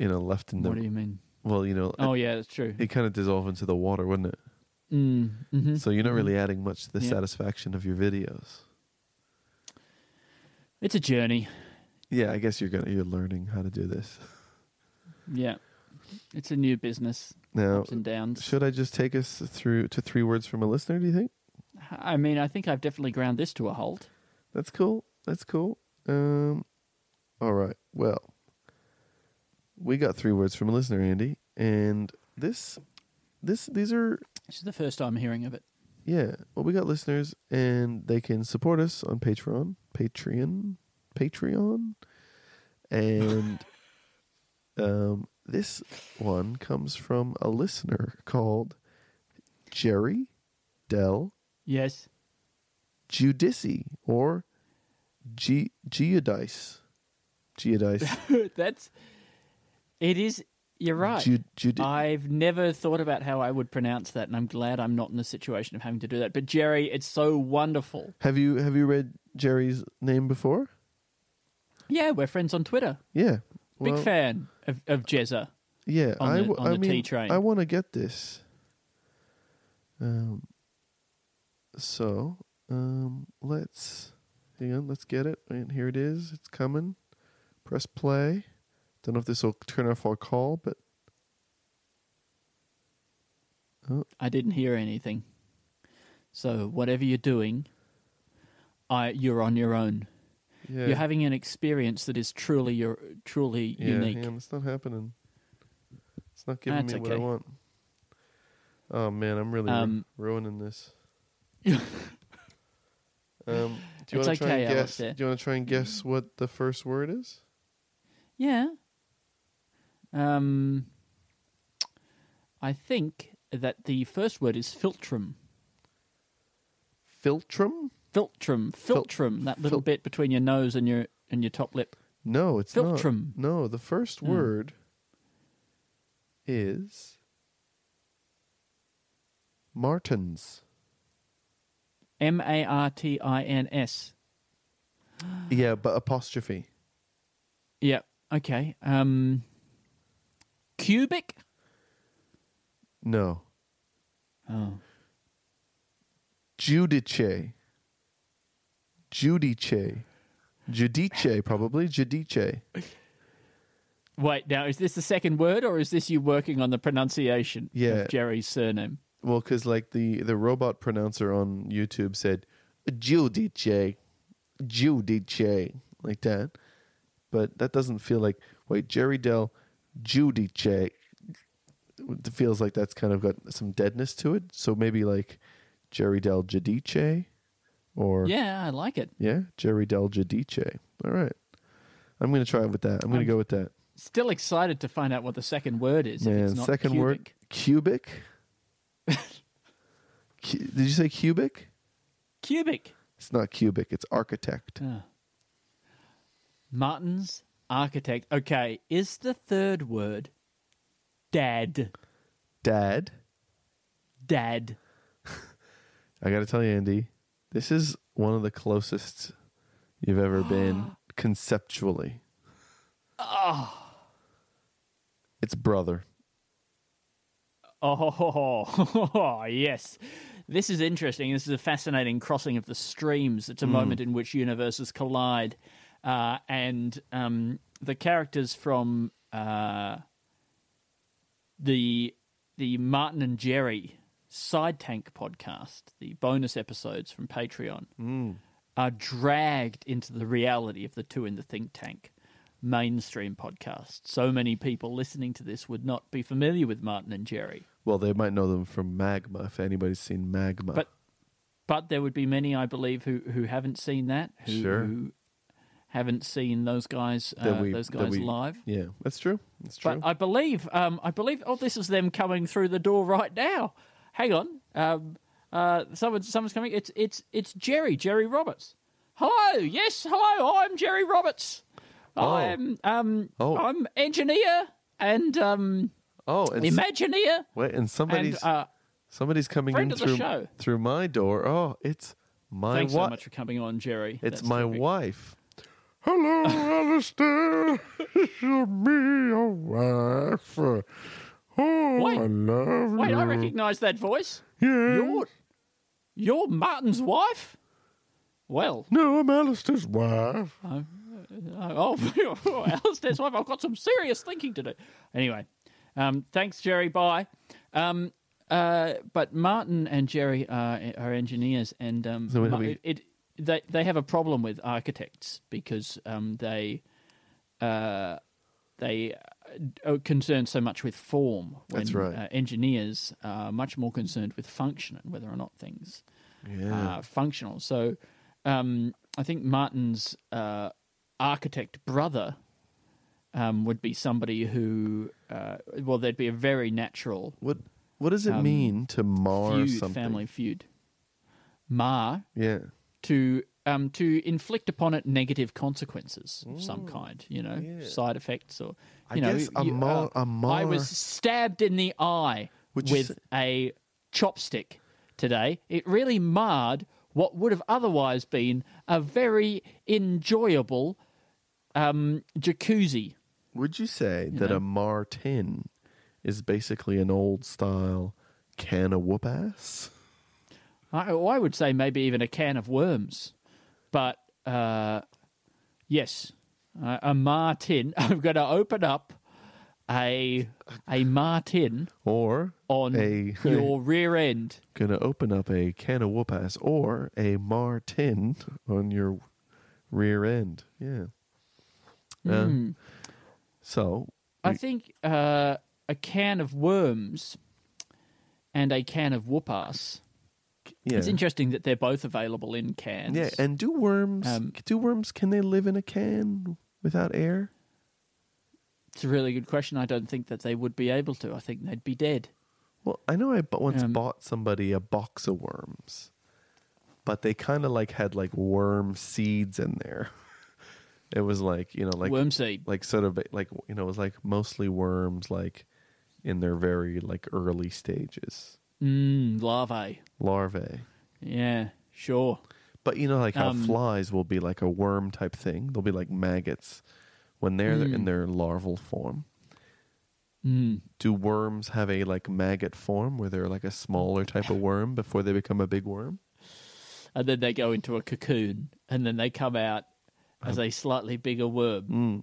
You know, left in what do the you mean? Well, you know, Oh yeah, that's true. it, it kind of dissolved into the water, wouldn't it? Mm, hmm So you're not really adding much to the Yeah. satisfaction of your videos. It's a journey. Yeah, I guess you're gonna you're learning how to do this. Yeah, it's a new business. Now, Ups and downs. should I just take us through to three words from a listener? Do you think I mean, I think I've definitely ground this to a halt. that's cool? That's cool. Um, all right. Well, we got three words from a listener, Andy, and this, this, these are This is the first time hearing of it. Yeah. Well, we got listeners, and they can support us on Patreon, Patreon, Patreon, and um, this one comes from a listener called Jerry Del Yes. Judici or G- Geodice. Geodice. That's. It is. You're right. Ju- Judi- I've never thought about how I would pronounce that, and I'm glad I'm not in the situation of having to do that. But Jerry, it's so wonderful. have you have you read Jerry's name before? Yeah, we're friends on Twitter. Yeah. Big Well, fan of, of Jezza. Yeah, on I the- w- on I the T mean, train. I want to get this. Um, so um, let's hang on. Let's get it. And here it is. It's coming. Press play. Don't know if this will turn off our call, but I didn't hear anything. So whatever you're doing, I you're on your own. yeah, You're having an experience that is truly your truly yeah, unique. hang on, it's not happening. It's not giving That's me what I okay. want. Oh man, I'm really ru- Um, ruining this. um, do you It's want to try okay, and guess? Alistair. Do you want to try and guess Mm-hmm. what the first word is? Yeah. Um, I think that the first word is filtrum. Filtrum? Filtrum, Fil- filtrum. that little fil- bit between your nose and your and your top lip. No, it's Filtrum. Hmm. not. No, the first word is Martins. M A R T I N S. Yeah, but apostrophe. Yeah. Okay. Um, cubic. No. Oh. Judice. Judice. Judice, probably. Judice. Wait, now is this the second word, or is this you working on the pronunciation Yeah. of Jerry's surname? Well, because like the, the robot pronouncer on YouTube said, Judice. Judice. Like that. But that doesn't feel like, wait, Jerry Dell, Judice. It feels like that's kind of got some deadness to it. So maybe like Jerry Dell Judice or Yeah, I like it. yeah, Jerry Dell Judice. All right. I'm going to try it with that. I'm going to go with that. Still excited to find out what the second word is. if it's Man, not second word, cubic. cubic. Cu- Did you say cubic? Cubic. It's not cubic. It's architect. Ah. Martin's architect. Okay, is the third word dad? Dad, Dad. I got to tell you, Andy, this is one of the closest you've ever been conceptually. Oh. Ah. It's brother. Oh, yes. This is interesting. This is a fascinating crossing of the streams. It's a moment in which universes collide. Uh, and um, the characters from uh, the, the Martin and Jerry Side Tank podcast, the bonus episodes from Patreon, are dragged into the reality of the two in the think tank mainstream podcast. So many people listening to this would not be familiar with Martin and Jerry, Well, they might know them from Magma if anybody's seen Magma. but but there would be many, I believe, who who haven't seen that, who, Sure. who haven't seen those guys uh, That we- those that guys we- live. yeah, that's true. That's true. But I believe, um, I believe. Oh, this is them coming through the door right now. Hang on, um, uh, someone, someone's coming. It's it's it's Jerry, Jerry Roberts. Hello, yes, hello. I'm Jerry Roberts. I'm um, Oh. I'm engineer and um, oh, and s- imagineer wait, and and somebody's uh, somebody's coming friend in of the through show. through my door. Oh, it's my thanks wife. so much for coming on, Jerry. It's That's my terrific. wife. Hello, Alistair. It's your- me, your wife. Wait, love wait, I recognise that voice. You're, you're Martin's wife? Well, No, I'm Alistair's wife. oh, oh, Alistair's wife, I've got some serious thinking to do. Anyway, um, thanks, Jerry. Bye. Um, uh, but Martin and Jerry are, are engineers, and um, So it'll Ma- be- it, they they have a problem with architects because um, they uh, they are concerned so much with form. When, That's right. Uh, engineers are much more concerned with function and whether or not things uh, functional. So um, I think Martin's uh, architect brother um, would be somebody who, uh, well, there'd be a very natural What What does it mean to mar Um, feud, something? family feud. Ma Yeah. to um, to inflict upon it negative consequences of some kind, you know, side effects or Mm. I you know. guess a you- uh, mar- a I mar- was stabbed in the eye Would you with say- a chopstick today. It really marred what would have otherwise been a very enjoyable um, jacuzzi. Would you say that a mar tin is basically an old style can of whoop ass? I, oh, I would say maybe even a can of worms. But uh, yes, uh, a Martin. I'm going to open up a a Martin Or on a your rear end. gonna open up a can of whoop ass or a mar tin on your rear end. Yeah. Uh, Hmm. so I think uh, a can of worms and a can of whoop ass. yeah. It's interesting that they're both available in cans. Yeah, and do worms Um, do worms can they live in a can without air? it's a really good question. I don't think that they would be able to. I think they'd be dead. Well, I know I bu- once Um, bought somebody a box of worms, but they kind of like had like worm seeds in there. it was like you know like Worm seed. like sort of like you know it was like mostly worms like in their very like early stages Mm, larvae. larvae. Yeah, sure. But you know, like how Um, flies will be like a worm type thing. They'll be like maggots when they're in Hmm. their larval form. Do worms have a like maggot form where they're like a smaller type of worm before they become a big worm? and then they go into a cocoon, and then they come out as a slightly bigger worm.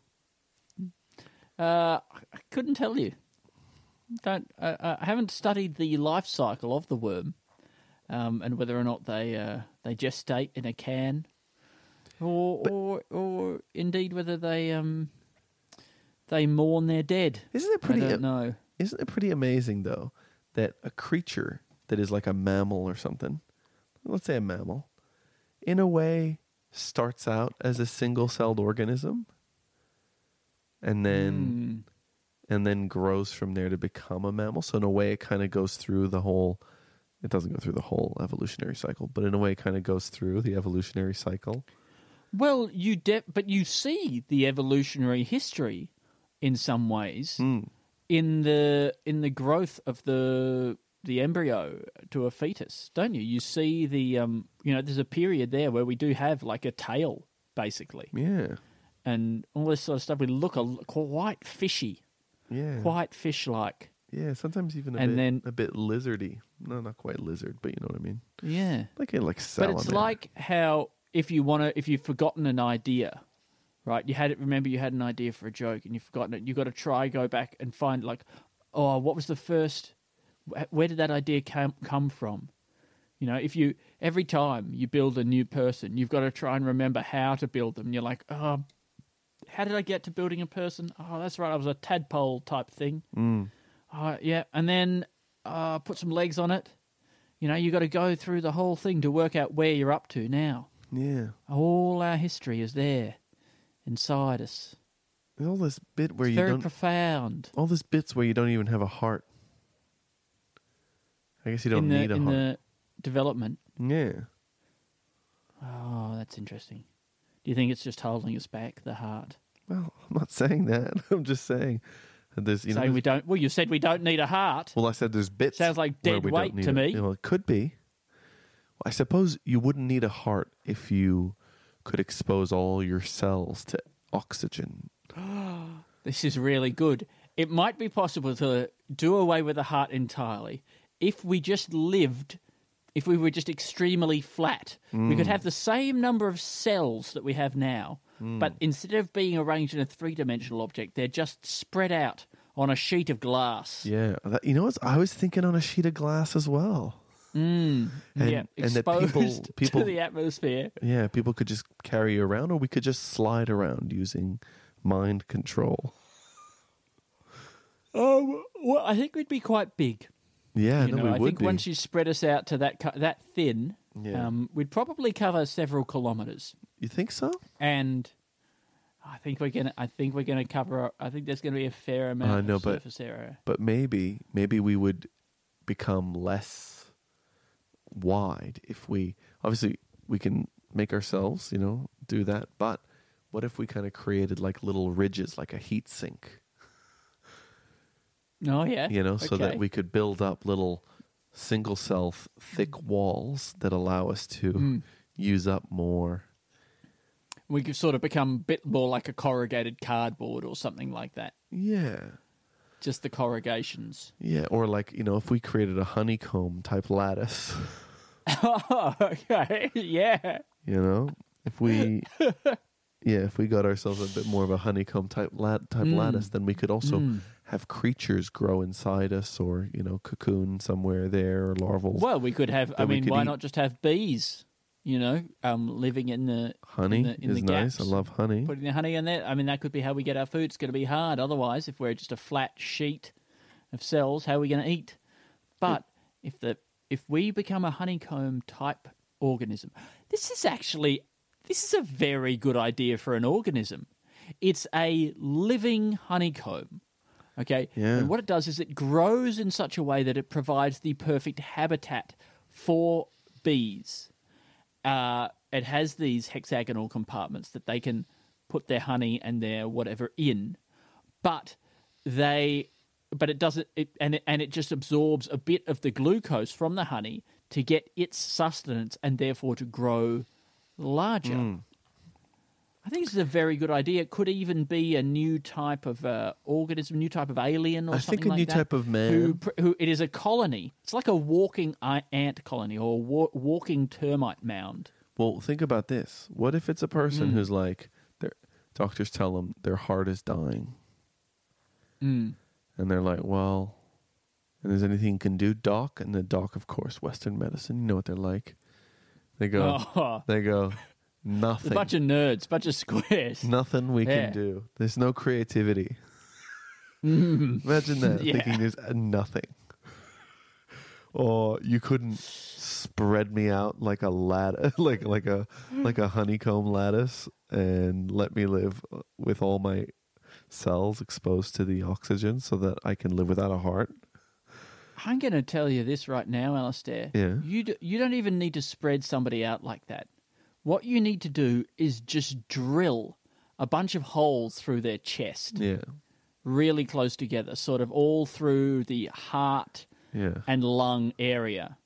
Uh, I couldn't tell you. Don't I, I haven't studied the life cycle of the worm, um, and whether or not they uh, they gestate in a can, or or or indeed whether they um they mourn their dead. Isn't it pretty? I don't know. Isn't it pretty amazing though that a creature that is like a mammal or something, let's say a mammal, in a way starts out as a single-celled organism, and then Hmm. and then grows from there to become a mammal. So in a way, it kind of goes through the whole. It doesn't go through the whole evolutionary cycle, but in a way, it kind of goes through the evolutionary cycle. Well, you de- but you see the evolutionary history in some ways in the in the growth of the the embryo to a fetus, don't you? You see the um, you know, there's a period there where we do have like a tail basically, Yeah, and all this sort of stuff. We look a, quite fishy, yeah, quite fish like. yeah. Sometimes even a And bit, then- a bit lizardy. No, not quite lizard, but you know what I mean. Yeah. Like a like But salamander. it's like how if you want to, if you've forgotten an idea, right? You had it. Remember, you had an idea for a joke and you've forgotten it. You got to try go back and find like, oh, what was the first? wh- Where did that idea come come from? You know, if you every time you build a new person, you've got to try and remember how to build them. You're like, oh, how did I get to building a person? Oh, that's right, I was a tadpole type thing. Uh, yeah, and then uh, put some legs on it. You know, you got to go through the whole thing to work out where you're up to now. yeah. All our history is there inside us. There's all this bit where It's you very don't profound. all this bits where you don't even have a heart. I guess you don't in the, need a in heart. the development. Yeah. Oh, that's interesting. Do you think it's just holding us back, the heart? Well, I'm not saying that. I'm just saying that there's you know Saying we there's- don't. Well, you said we don't need a heart. well I said there's bits. Sounds like where dead we don't weight need to it. me. Yeah, Well, it could be. I suppose you wouldn't need a heart if you could expose all your cells to oxygen. This is really good. It might be possible to do away with the heart entirely if we just lived, if we were just extremely flat. We Mm. could have the same number of cells that we have now, Mm. but instead of being arranged in a three dimensional object, they're just spread out on a sheet of glass. Yeah, that, you know what? I was thinking on a sheet of glass as well. And, yeah, and that exposed people, to people, the atmosphere. yeah, people could just carry you around, or we could just slide around using mind control. Um, well, I think we'd be quite big. Yeah, You no, know, we I would think be. once you spread us out to that co- that thin, Yeah. um, we'd probably cover several kilometers. you think so? And I think we're gonna. I think we're gonna cover. I think there's gonna be a fair amount I know, of but- surface area. But maybe, maybe we would become less wide if we obviously we can make ourselves, you know, do that. But what if we kind of created like little ridges, like a heat sink, Oh yeah. you know, so Okay. that we could build up little single cell th- thick walls that allow us to Hmm. use up more. we could sort of become a bit more like a corrugated cardboard or something like that. Yeah. Just the corrugations. Yeah, or like, you know, if we created a honeycomb type lattice, Oh, okay. yeah. you know? If we Yeah, if we got ourselves a bit more of a honeycomb type lat- type Mm. lattice, then we could also have creatures grow inside us or, you know, cocoon somewhere there or larval Well, we could have. I Then we mean, could why eat- not just have bees? You know, um, living in the honey in the, in is the nice. I gaps. love honey. putting the honey in there. I mean, that could be how we get our food. It's going to be hard. Otherwise, if we're just a flat sheet of cells, how are we going to eat? But if the if we become a honeycomb type organism, this is actually this is a very good idea for an organism. It's a living honeycomb. Okay. Yeah. And what it does is it grows in such a way that it provides the perfect habitat for bees uh, it has these hexagonal compartments that they can put their honey and their whatever in, but they, but it doesn't, it, and it, and it just absorbs a bit of the glucose from the honey to get its sustenance and therefore to grow larger. I think this is a very good idea. It could even be a new type of uh, organism, new type of alien, or I think something a like new that, type of man. Who, pr- who it is a colony. It's like a walking i- ant colony or a wa- walking termite mound. Well, think about this. What if it's a person who's like, their doctors tell them their heart is dying, and they're like, well, and there's anything you can do, doc? And the doc, of course, Western medicine. You know what they're like. They go, Oh. they go, It's nothing, a bunch of nerds, bunch of squares. nothing we Yeah. can do. There's no creativity. Imagine that Mm. Yeah. thinking there's nothing. Or you couldn't spread me out like a lat, like like a like a honeycomb lattice, and let me live with all my cells exposed to the oxygen, so that I can live without a heart. I'm going to tell you this right now, Alistair. Yeah. You, do, you don't even need to spread somebody out like that. What you need to do is just drill a bunch of holes through their chest, Yeah, really close together, sort of all through the heart yeah. and lung area.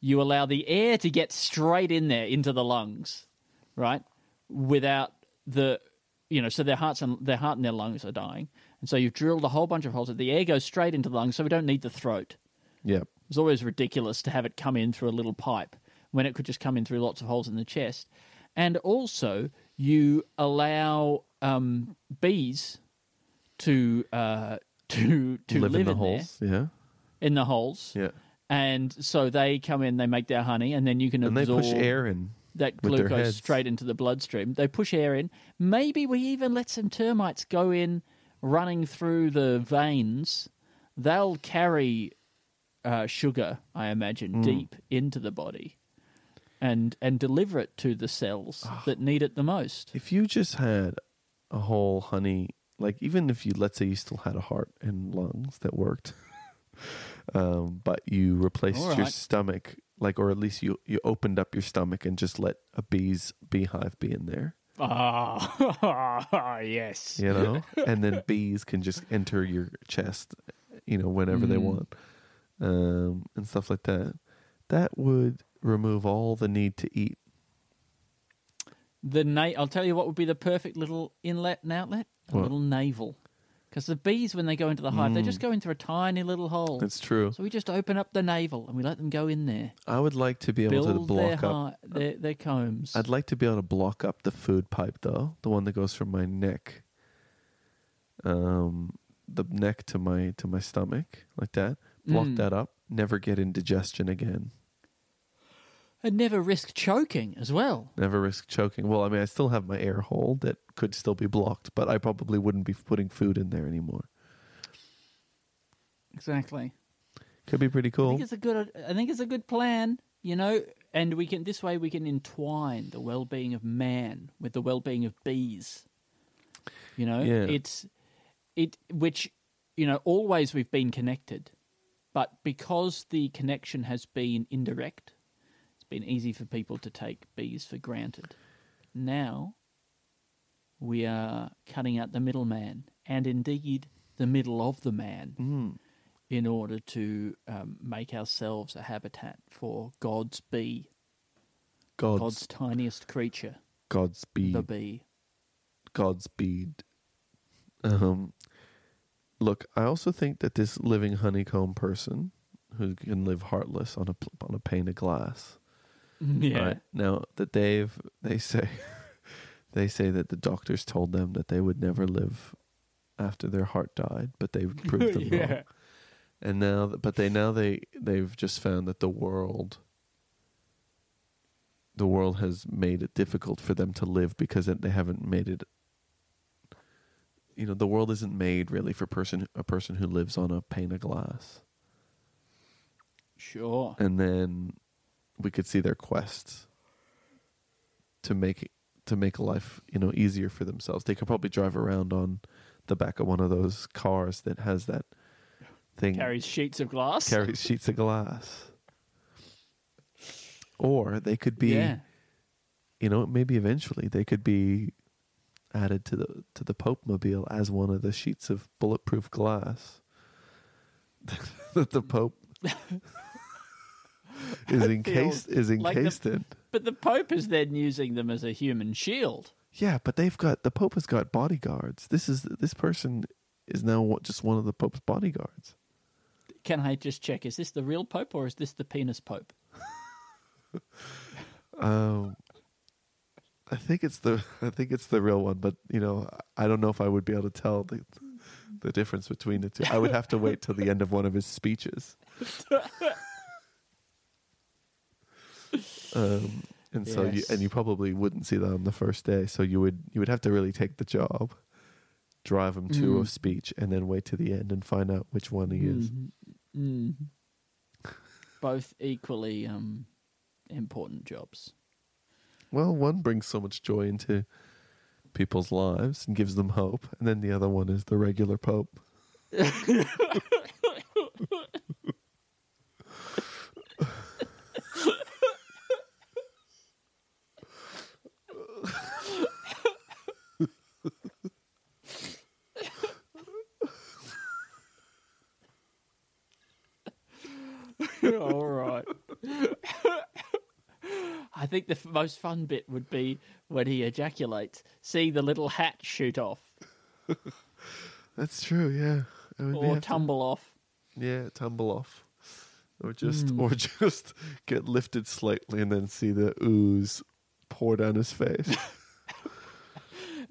You allow the air to get straight in there into the lungs, right? Without the, you know, so their hearts and their heart and their lungs are dying, and so you've drilled a whole bunch of holes. So the air goes straight into the lungs, so we don't need the throat. Yep. It was always ridiculous to have it come in through a little pipe when it could just come in through lots of holes in the chest. And also, you allow um, bees to uh, to to live, in the there, holes. in the holes. Yeah, yeah. And so they come in, they make their honey, and then you can And they absorb push air in. that with their glucose heads. straight into the bloodstream. They push air in. Maybe we even let some termites go in running through the veins. They'll carry uh, sugar, I imagine, Mm. deep into the body and and deliver it to the cells that need it the most. Ah. If you just had a whole honey, like even if you, let's say you still had a heart and lungs that worked, um, but you replaced All your right. stomach, like, or at least you, you opened up your stomach and just let a bee's beehive be in there, Ah, yes. you know? and then bees can just enter your chest, you know, whenever they want, um, and stuff like that. That would remove all the need to eat. The na- I'll tell you what would be the perfect little inlet and outlet. A What? little navel. Because the bees, when they go into the hive, they Hmm. just go into a tiny little hole. It's true. So we just open up the navel and we let them go in there. I would like to be able to Build their, block up. hi- their, their combs. I'd like to be able to block up the food pipe though, the one that goes from my neck, um, the neck to my to my stomach, like that. Block Mm. that up. Never get indigestion again. and never risk choking as well. Never risk choking. Well, I mean, I still have my air hole that could still be blocked, but I probably wouldn't be putting food in there anymore. Exactly. Could be pretty I cool. think it's a good. I think it's a good plan. You know, and we can this way we can entwine the well-being of man with the well-being of bees. You know, Yeah. it's it which you know always we've been connected, but because the connection has been indirect, it's been easy for people to take bees for granted. Now we are cutting out the middleman and indeed the middle of the man Hmm. in order to um, make ourselves a habitat for God's bee, God's God's tiniest creature, Godspeed. the bee. Godspeed. Um, look, I also think that this living honeycomb person who can live heartless on a pl- on a pane of glass. Yeah. right? Now that they've they say they say that the doctors told them that they would never live after their heart died, but they've proved them wrong. yeah. And now, th- but they now they they've just found that the world, the world has made it difficult for them to live because it- they haven't made it. You know, the world isn't made really for person a person who lives on a pane of glass. Sure. And then we could see their quests to make to make life you know easier for themselves. They could probably drive around on the back of one of those cars that has that thing Carries sheets of glass. carries sheets of glass. Or they could be, Yeah. you know, maybe eventually they could be added to the to the Pope mobile as one of the sheets of bulletproof glass that the Pope is encased is like the- encased in. But the Pope is then using them as a human shield. Yeah, but they've got the Pope has got bodyguards. This is this person is now wa- just one of the Pope's bodyguards. Can I just check? Is this the real Pope or is this the penis Pope? Um, I think it's the I think it's the real one, but you know, I don't know if I would be able to tell the the difference between the two. I would have to wait till the end of one of his speeches. um, and so you, Yes. and you probably wouldn't see that on the first day. So you would you would have to really take the job, drive him to a speech, and then wait to the end and find out which one he is. Mm. Both equally um, important jobs. Well, one brings so much joy into people's lives and gives them hope, and then the other one is the regular pope. All right. I think the f- most fun bit would be when he ejaculates, seeing the little hat shoot off That's true, yeah. I mean, they or have to- tumble off. yeah, tumble off, or just Hmm. or just get lifted slightly and then see the ooze pour down his face.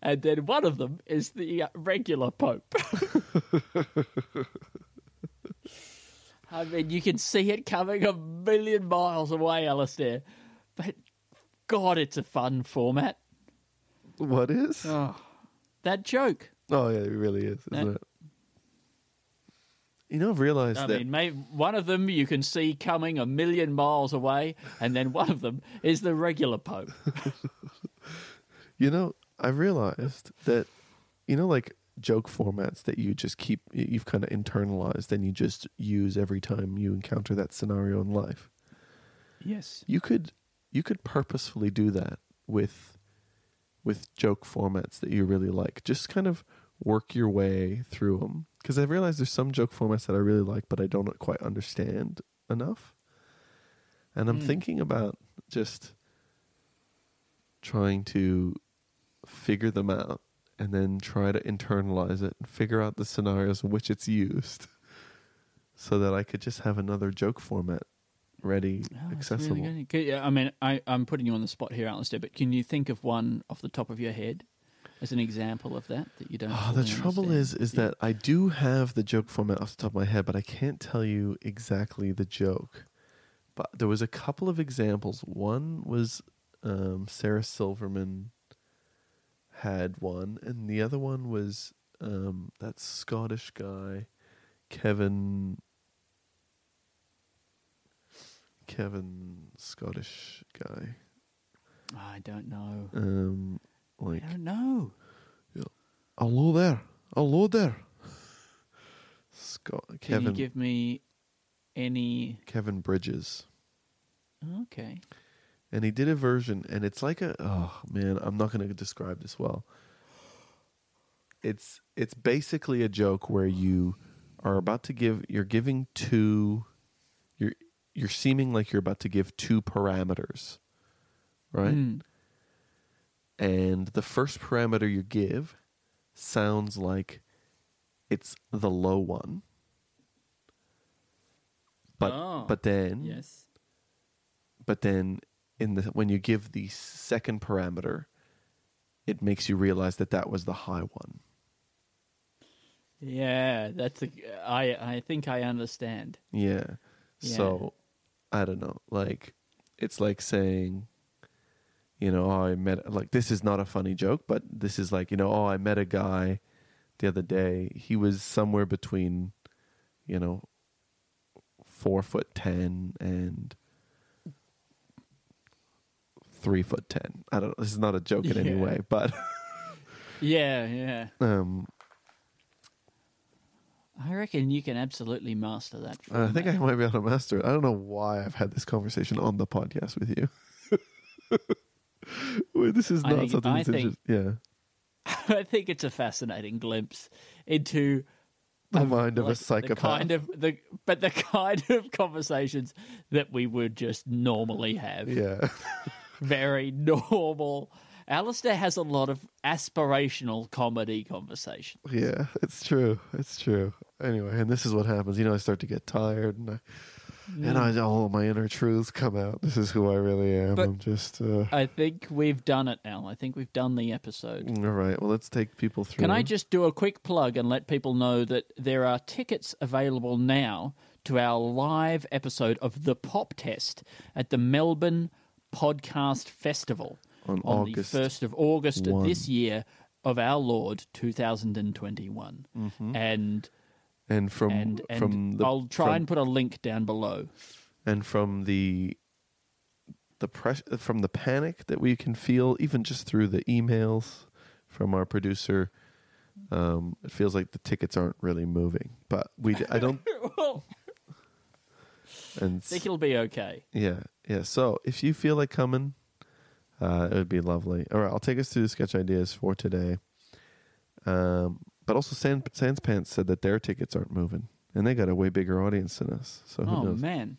And then one of them is the uh, regular Pope. I mean, you can see it coming a million miles away, Alistair. But God, it's a fun format. what is? Oh. That joke. yeah, it really is, isn't Yeah. it? You know, I've realized Eh. I that mean, may one of them you can see coming a million miles away, and then one of them is the regular Pope. You know, I realized that you know, like joke formats that you just keep you've kind of internalized and you just use every time you encounter that scenario in life. Yes. Ah, You could you could purposefully do that with with joke formats that you really like. Just kind of work your way through them because I've realized there's some joke formats that I really like but I don't quite understand enough. And Hmm. I'm thinking about just trying to figure them out and then try to internalize it and figure out the scenarios in which it's used so that I could just have another joke format ready, accessible. Oh, Really good. Could- yeah, I mean, I, I'm putting you on the spot here, Alistair, but can you think of one off the top of your head as an example of that that you don't? Oh, the fully trouble understand? is, is Yeah. that I do have the joke format off the top of my head, but I can't tell you exactly the joke. But there was a couple of examples. One was um, Sarah Silverman had one, and the other one was um, that Scottish guy, Kevin. Kevin, Scottish guy. I don't know. Um, like I don't know. Hello there. Hello there. Scott Can Kevin you give me any? Kevin Bridges. Okay. And he did a version and it's like a oh man, I'm not gonna describe this well. It's it's basically a joke where you are about to give you're giving two you're you're seeming like you're about to give two parameters. Right? Mm. and the first parameter you give sounds like it's the low one. But Oh. but then Yes. but then in the when you give the second parameter, it makes you realize that that was the high one. Yeah, that's a. I I think I understand. Yeah. Yeah. So I don't know. Like it's like saying you know, oh, I met like this is not a funny joke, but this is like, you know, oh, I met a guy the other day. He was somewhere between, you know, 4 foot 10 and 3 foot 10. I don't know. This is not a joke in any Yeah. way, but Yeah, yeah. um I reckon you can absolutely master that. I think format. I might be able to master it. I don't know why I've had this conversation on the podcast with you. Wait, this is I not think- something I that's think- interesting. Yeah. I think it's a fascinating glimpse into The mind of like, a psychopath. The kind of the, but the kind of conversations that we would just normally have. yeah. Very normal. Alistair has a lot of aspirational comedy conversation. yeah. It's true. It's true. Anyway, and this is what happens. You know, I start to get tired and I and I all my inner truths come out. This is who I really am. But- I'm just uh, I think we've done it, Al. I think we've done the episode. all right. Well, let's take people through. Can I just do a quick plug and let people know that there are tickets available now to our live episode of The Pop Test at the Melbourne Podcast Festival On August the 1st of August of 1. this year of our Lord 2021. And, and Mm-hmm. from and, and from the I'll try from- and put a link down below. and from the the press from the panic that we can feel even just through the emails from our producer um, it feels like the tickets aren't really moving but we d- i don't well, and I think it'll be okay. yeah yeah so if you feel like coming uh, it would be lovely all right i'll take us through the sketch ideas for today um, but also Sans, sans pants said that their tickets aren't moving and they got a way bigger audience than us so who Oh, knows man.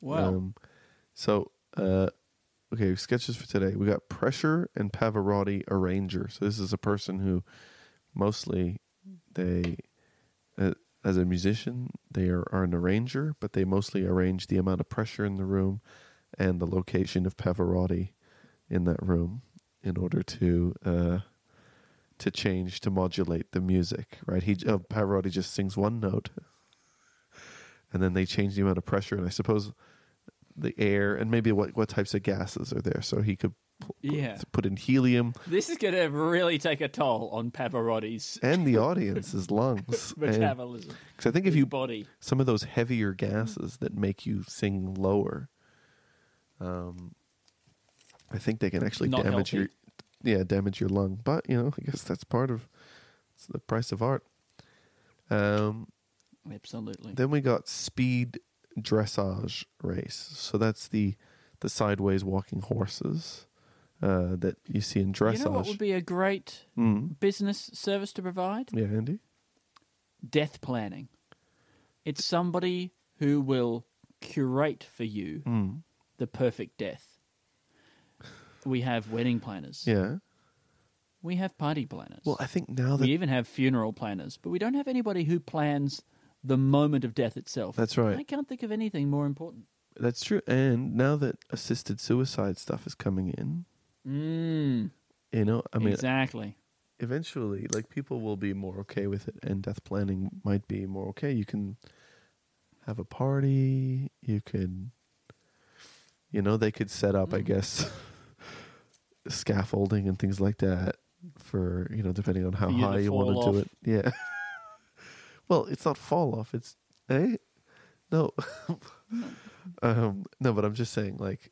Wow. Um, so, uh, okay, sketches for today. We got Pressure and Pavarotti arranger. So this is a person who mostly they, uh, as a musician, they are, are an arranger, but they mostly arrange the amount of pressure in the room and the location of Pavarotti in that room in order to uh, to change to modulate the music. Right? He uh, Pavarotti just sings one note, and then they change the amount of pressure, and I suppose the air and maybe what what types of gases are there. So he could pl- put- Yeah. put in helium, this is going to really take a toll on Pavarotti's and the audience's lungs. Because metabolism. I think if his you body. some of those heavier Mm-hmm. gases that make you sing lower. Um, I think they can actually Not damage healthy. your, yeah, damage your lung. But you know, I guess that's part of it's the price of art. Um, Absolutely. then we got speed dressage race. So that's the the sideways walking horses uh, that you see in dressage. You know what would be a great Mm. business service to provide? Yeah, Andy. Death planning. It's somebody who will curate for you Mm. the perfect death. We have wedding planners. Yeah. We have party planners. Well, I think now that we even have funeral planners, but we don't have anybody who plans the moment of death itself. That's right. I can't think of anything more important. that's true, and now that assisted suicide stuff is coming in, Mm, you know, I mean, exactly. eventually, like people will be more okay with it, and death planning might be more okay. You can have a party. You could, you know, they could set up, I Mm-hmm. guess, scaffolding and things like that for you know, depending on how For you to high you want to fall do off. it. Yeah. well, it's not fall off. It's eh. No, um, no, but I'm just saying, like,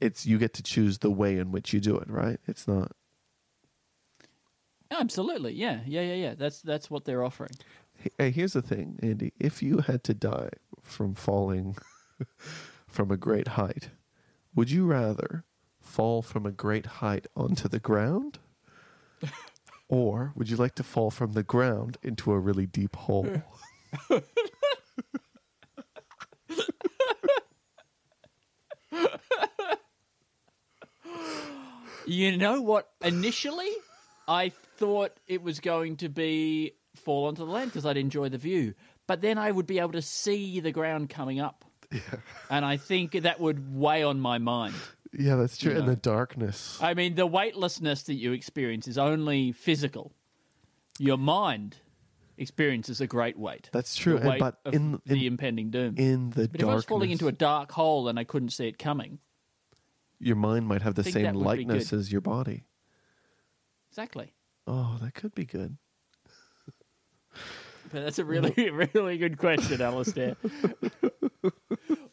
it's you get to choose the way in which you do it, right? It's not Absolutely. Yeah. Yeah. Yeah. Yeah. That's that's what they're offering. Hey, here's the thing, Andy. If you had to die from falling from a great height, would you rather fall from a great height onto the ground? Or would you like to fall from the ground into a really deep hole? You know what? Initially, I thought it was going to be fall onto the land because I'd enjoy the view, but then I would be able to see the ground coming up. And I think that would weigh on my mind. Yeah, that's true. And the darkness. I mean, the weightlessness that you experience is only physical. Your mind experiences a great weight. That's true. The And, weight but of in, the in, impending doom. in the but if I darkness, was falling into a dark hole and I couldn't see it coming, your mind might have the think same that would be likeness good. as your body. exactly. Oh, that could be good. But that's a really, really good question, Alistair.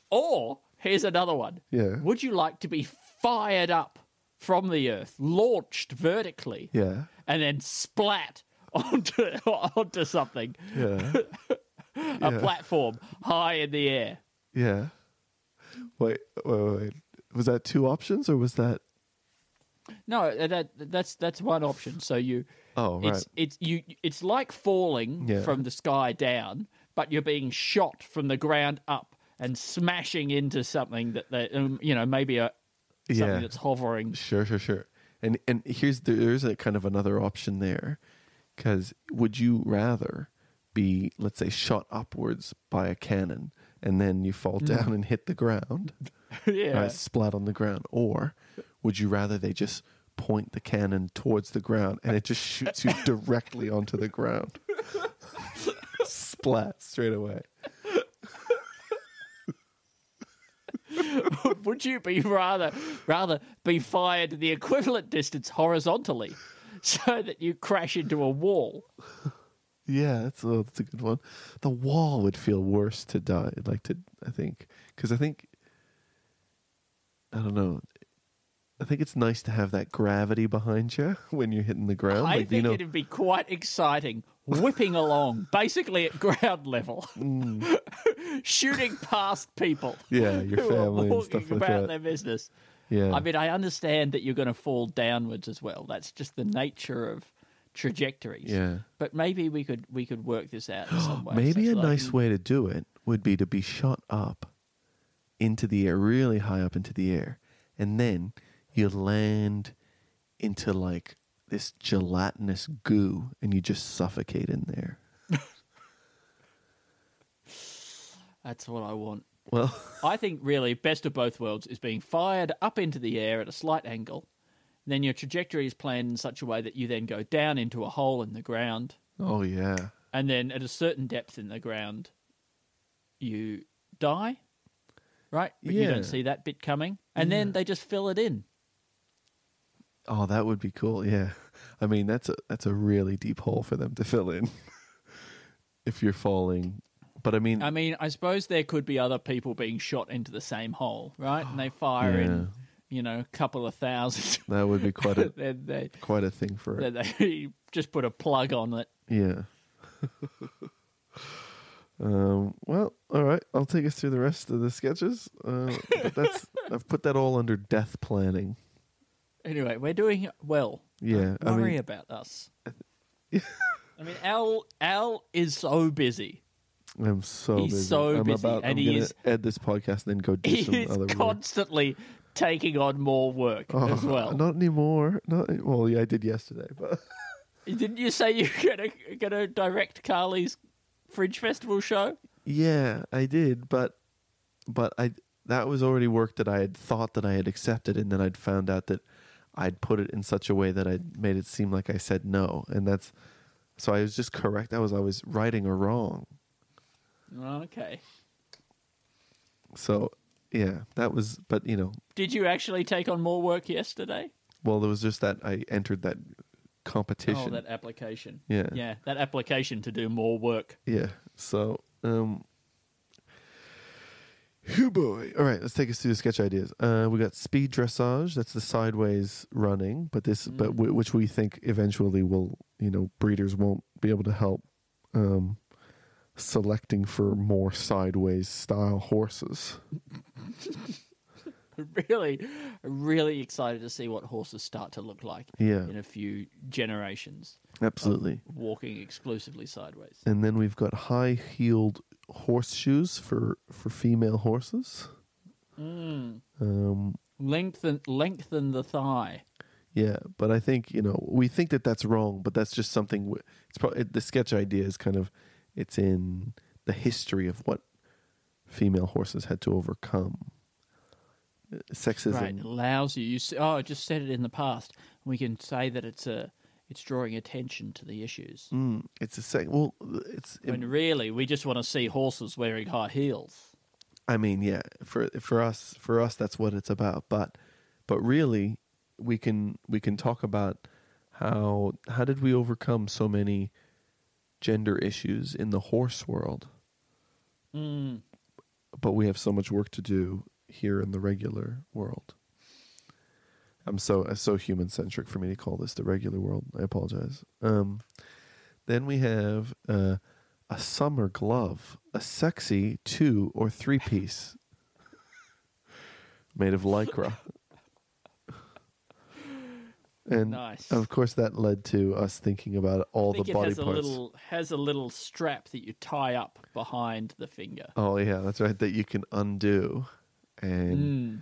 or here's another one. Yeah. Would you like to be fired up from the earth, launched vertically, Yeah. and then splat onto onto something, Yeah. a platform high in the air? Yeah. Wait, wait, wait, wait. Was that two options or was that? No, uh, that that's that's one option. So you, Oh, right. it's it's you, it's like falling Yeah. from the sky down, but you're being shot from the ground up and smashing into something that they, um, you know, maybe a something Yeah. that's hovering. Sure, sure, sure. And and here's the, there's a kind of another option there, because would you rather be let's say shot upwards by a cannon and then you fall down and hit the ground, yeah, right, splat on the ground, or would you rather they just point the cannon towards the ground and it just shoots you directly onto the ground, splat straight away? would you be rather rather be fired the equivalent distance horizontally, so that you crash into a wall? Yeah, that's a, that's a good one. The wall would feel worse to die, like to I think, because I think I don't know. I think it's nice to have that gravity behind you when you're hitting the ground. I like, think you know, it'd be quite exciting, whipping along, basically at ground level, shooting past people. Yeah, Mm. your who are family and walking stuff like about that. their business. yeah, I mean, I understand that you're going to fall downwards as well. That's just the nature of trajectories. Yeah. But maybe we could we could work this out in some way. maybe a So it's like- nice way to do it would be to be shot up into the air, really high up into the air, and then you land into like this gelatinous goo, and you just suffocate in there. That's what I want. Well, I think really best of both worlds is being fired up into the air at a slight angle. and Then your trajectory is planned in such a way that you then go down into a hole in the ground, oh yeah, and then at a certain depth in the ground, you die, right? But you Yeah. don't see that bit coming, and then they just fill it in. Oh, that would be cool. Yeah, I mean that's a that's a really deep hole for them to fill in if you're falling. But I mean, I mean, I suppose there could be other people being shot into the same hole, right? And they fire Yeah. in, you know, a couple of thousand. that would be quite a then they, quite a thing for then they just put a plug on it. yeah. um. Well, all right. I'll take us through the rest of the sketches. Uh, but that's I've put that all under death planning. Anyway, we're doing well. Yeah, I Don't worry mean- about us. I mean, Al Al is so busy. I'm so He's busy. so I'm busy, about. and I'm he gonna is- edit this podcast and then go do He some is other work. Oh, constantly taking on more work as well. Not anymore. Not well. Yeah, I did yesterday, but Didn't you say you're gonna gonna direct Carly's Fringe Festival show? yeah, I did. But but I that was already work that I had thought that I had accepted, and then I'd found out that I'd put it in such a way that I made it seem like I said no, and that's so I was just correct. I was I was writing or wrong. Okay. So yeah, that was. But you know, Did you actually take on more work yesterday? well, there was just that I entered that competition. Oh, that application. Yeah. Yeah, that application to do more work. Yeah. So, um, who boy. All right, let's take us through the sketch ideas. Uh, we got speed dressage. That's the sideways running, but this, but w- which we think eventually will, you know, breeders won't be able to help um, selecting for more sideways style horses. Really, really excited to see what horses start to look like Yeah. in a few generations, Absolutely. walking exclusively sideways. And then we've got high heeled horseshoes for for female horses. Um, Lengthen, lengthen the thigh. Yeah, but I think you know we think that that's wrong, but that's just something. w- It's probably the sketch idea is kind of it's in the history of what female horses had to overcome. Uh, Sexism, Right, it allows you. You s oh, I just said it in the past. We can say that it's a, it's drawing attention to the issues. Mm, it's a sec. Well, it's. When really, we just want to see horses wearing high heels. I mean, yeah, for for us, for us, that's what it's about. But but really, we can we can talk about how how did we overcome so many gender issues in the horse world. Mm. but we have so much work to do here in the regular world. I'm so it's so human centric for me to call this the regular world. I apologize. Um, then we have uh, a summer glove, a sexy two or three piece, made of lycra. And Nice. of course, that led to us thinking about all I think the it body has parts. a little has a little strap that you tie up behind the finger. Oh yeah, that's right. That you can undo, and Mm.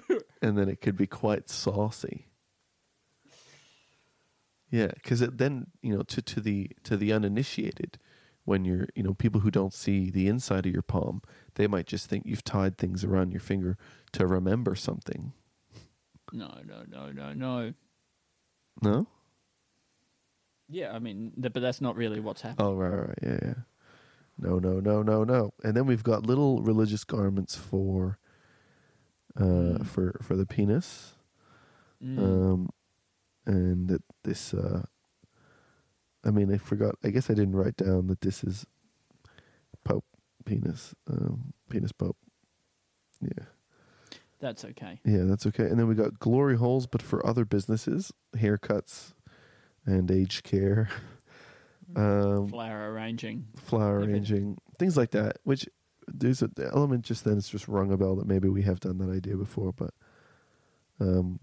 it- and then it could be quite saucy. Yeah, because then you know to to the to the uninitiated, when you're you know people who don't see the inside of your palm, they might just think you've tied things around your finger to remember something. No, no, no, no, no. No. Yeah, I mean, th- but that's not really what's happening. Oh right, right, right, yeah, yeah. No, no, no, no, no. And then we've got little religious garments for, uh, for for the penis, Mm. um, and that this. Uh, I mean, I forgot. I guess I didn't write down that this is Pope penis, um, penis Pope. Yeah, That's okay. yeah, that's okay. And then we got glory holes, but for other businesses, haircuts, and aged care. Um, Flower arranging. flower If it- arranging, things like that. Which there's a the element just then it's just rung a bell that maybe we have done that idea before, but um,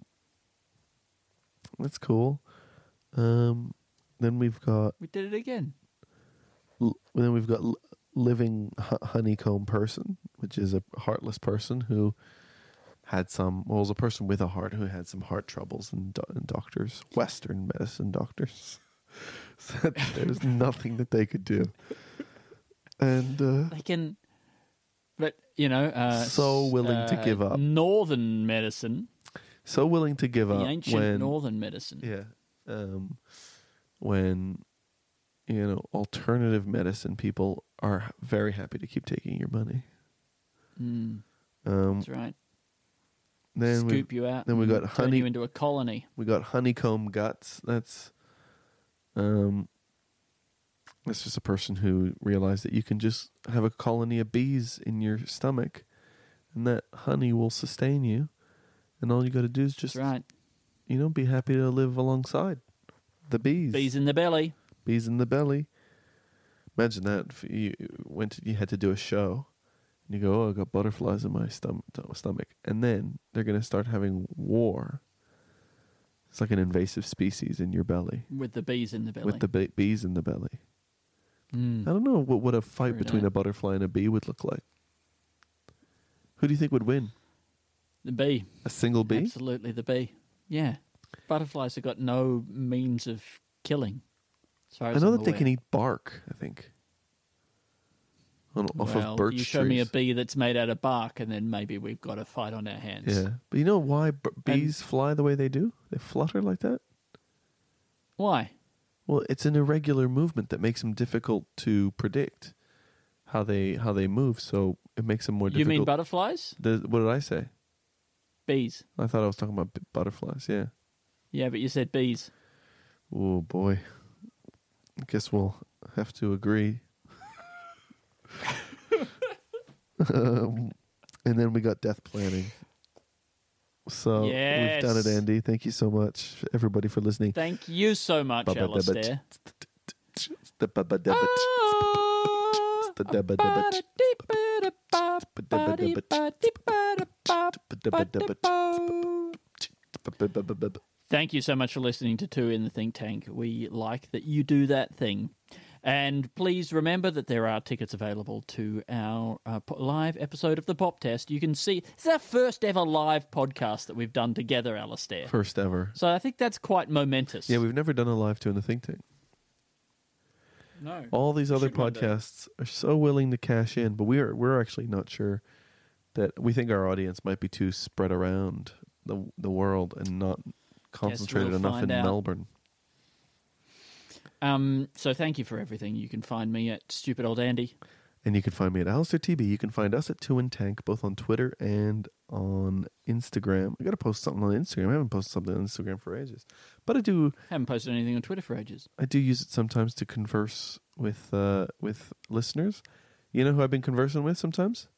that's cool. Um, then we've got We did it again. l- then we've got l- living hu- honeycomb person, which is a heartless person who had some well, was a person with a heart who had some heart troubles and, do- and doctors, Western medicine doctors, said there's nothing that they could do. And uh, They can, but you know, uh, So willing to uh, give up. Northern medicine, so willing to give the up ancient when northern medicine. yeah um, when you know alternative medicine people are very happy to keep taking your money Mm, um, that's right. then Scoop we you out. then we and got turn honey- you into a colony. we got honeycomb guts that's um that's just a person who realized that you can just have a colony of bees in your stomach and that honey will sustain you and all you got to do is just That's right. you know be happy to live alongside the Bees in the belly. bees in the belly. Imagine that if you went, to, you had to do a show, and you go, "Oh, I got butterflies in my stom- stomach," and then they're gonna start having war. It's like an invasive species in your belly With the bees in the belly. with the be- bees in the belly. Mm. I don't know what what a fight Fair between enough. a butterfly and a bee would look like. Who do you think would win? The bee. A single bee? Absolutely, the bee. Yeah. Butterflies have got no means of killing. as far I as know I'm that they aware. can eat bark, I think. On, off well, of birch you show trees. me a bee that's made out of bark, and then maybe we've got a fight on our hands. Yeah. But you know why b- bees fly the way they do? They flutter like that? Why? Well, it's an irregular movement that makes them difficult to predict how they how they move, so it makes them more You difficult. mean butterflies? the, what did I say? Bees. I thought I was talking about b- butterflies, yeah. Yeah, but you said bees. Oh boy. I guess we'll have to agree. um, and then we got death planning. So we've done Yes. it, Andy. Thank you so much, everybody, for listening. Thank you so much, Bubba dubba Alistair. The bubba dubba The dubba dubba Bubba dubba bubba. Thank you so much for listening to Two in the Think Tank. We like that you do that thing. And please remember that there are tickets available to our uh, po- live episode of the Pop Test. You can see it's our first ever live podcast that we've done together, Alistair. First ever. So I think that's quite momentous. Yeah, we've never done a live two in the think tank. no. All these other Should one day. podcasts are so willing to cash in, but we're we're actually not sure that we think our audience might be too spread around the the world and not concentrated we'll enough find in out. Melbourne. Um, so thank you for everything. You can find me at Stupid Old Andy. And you can find me at Alistair TB. You can find us at Two and Tank, both on Twitter and on Instagram. I gotta post something on Instagram. I haven't posted something on Instagram for ages. But I do Haven't posted anything on Twitter for ages. I do use it sometimes to converse with uh, with listeners. You know who I've been conversing with sometimes?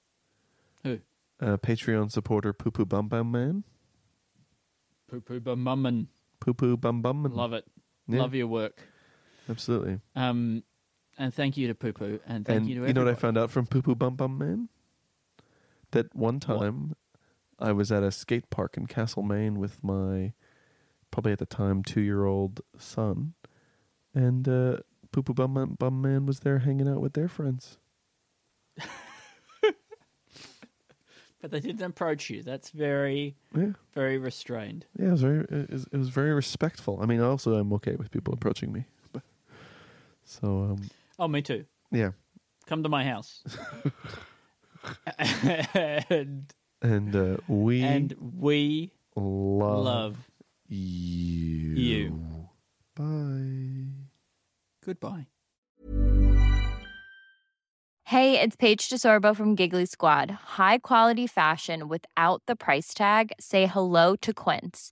Who? Uh, Patreon supporter Poo Poo Bum Bum Man. Poo poo bum mum and Poo Poo Bum Bum Man. love it. Yeah. Love your work. Absolutely. Um, and thank you to Poo Poo, and thank and you to you, everybody. know what I found out from Poo Poo Bum Bum Man? That one time I was at a skate park in Castlemaine with my probably at the time two year old son, and uh, Poo Poo Bum Man- Bum Man was there hanging out with their friends. But they didn't approach you. That's very, Yeah. very restrained. Yeah, it was very it was, it was very respectful. I mean, also I'm okay with people approaching me, but so um, Oh, me too. yeah, Come to my house. and, and uh, we and we love, love you. you. Bye. Goodbye. Hey, it's Paige DeSorbo from Giggly Squad. High quality fashion without the price tag. Say hello to Quince.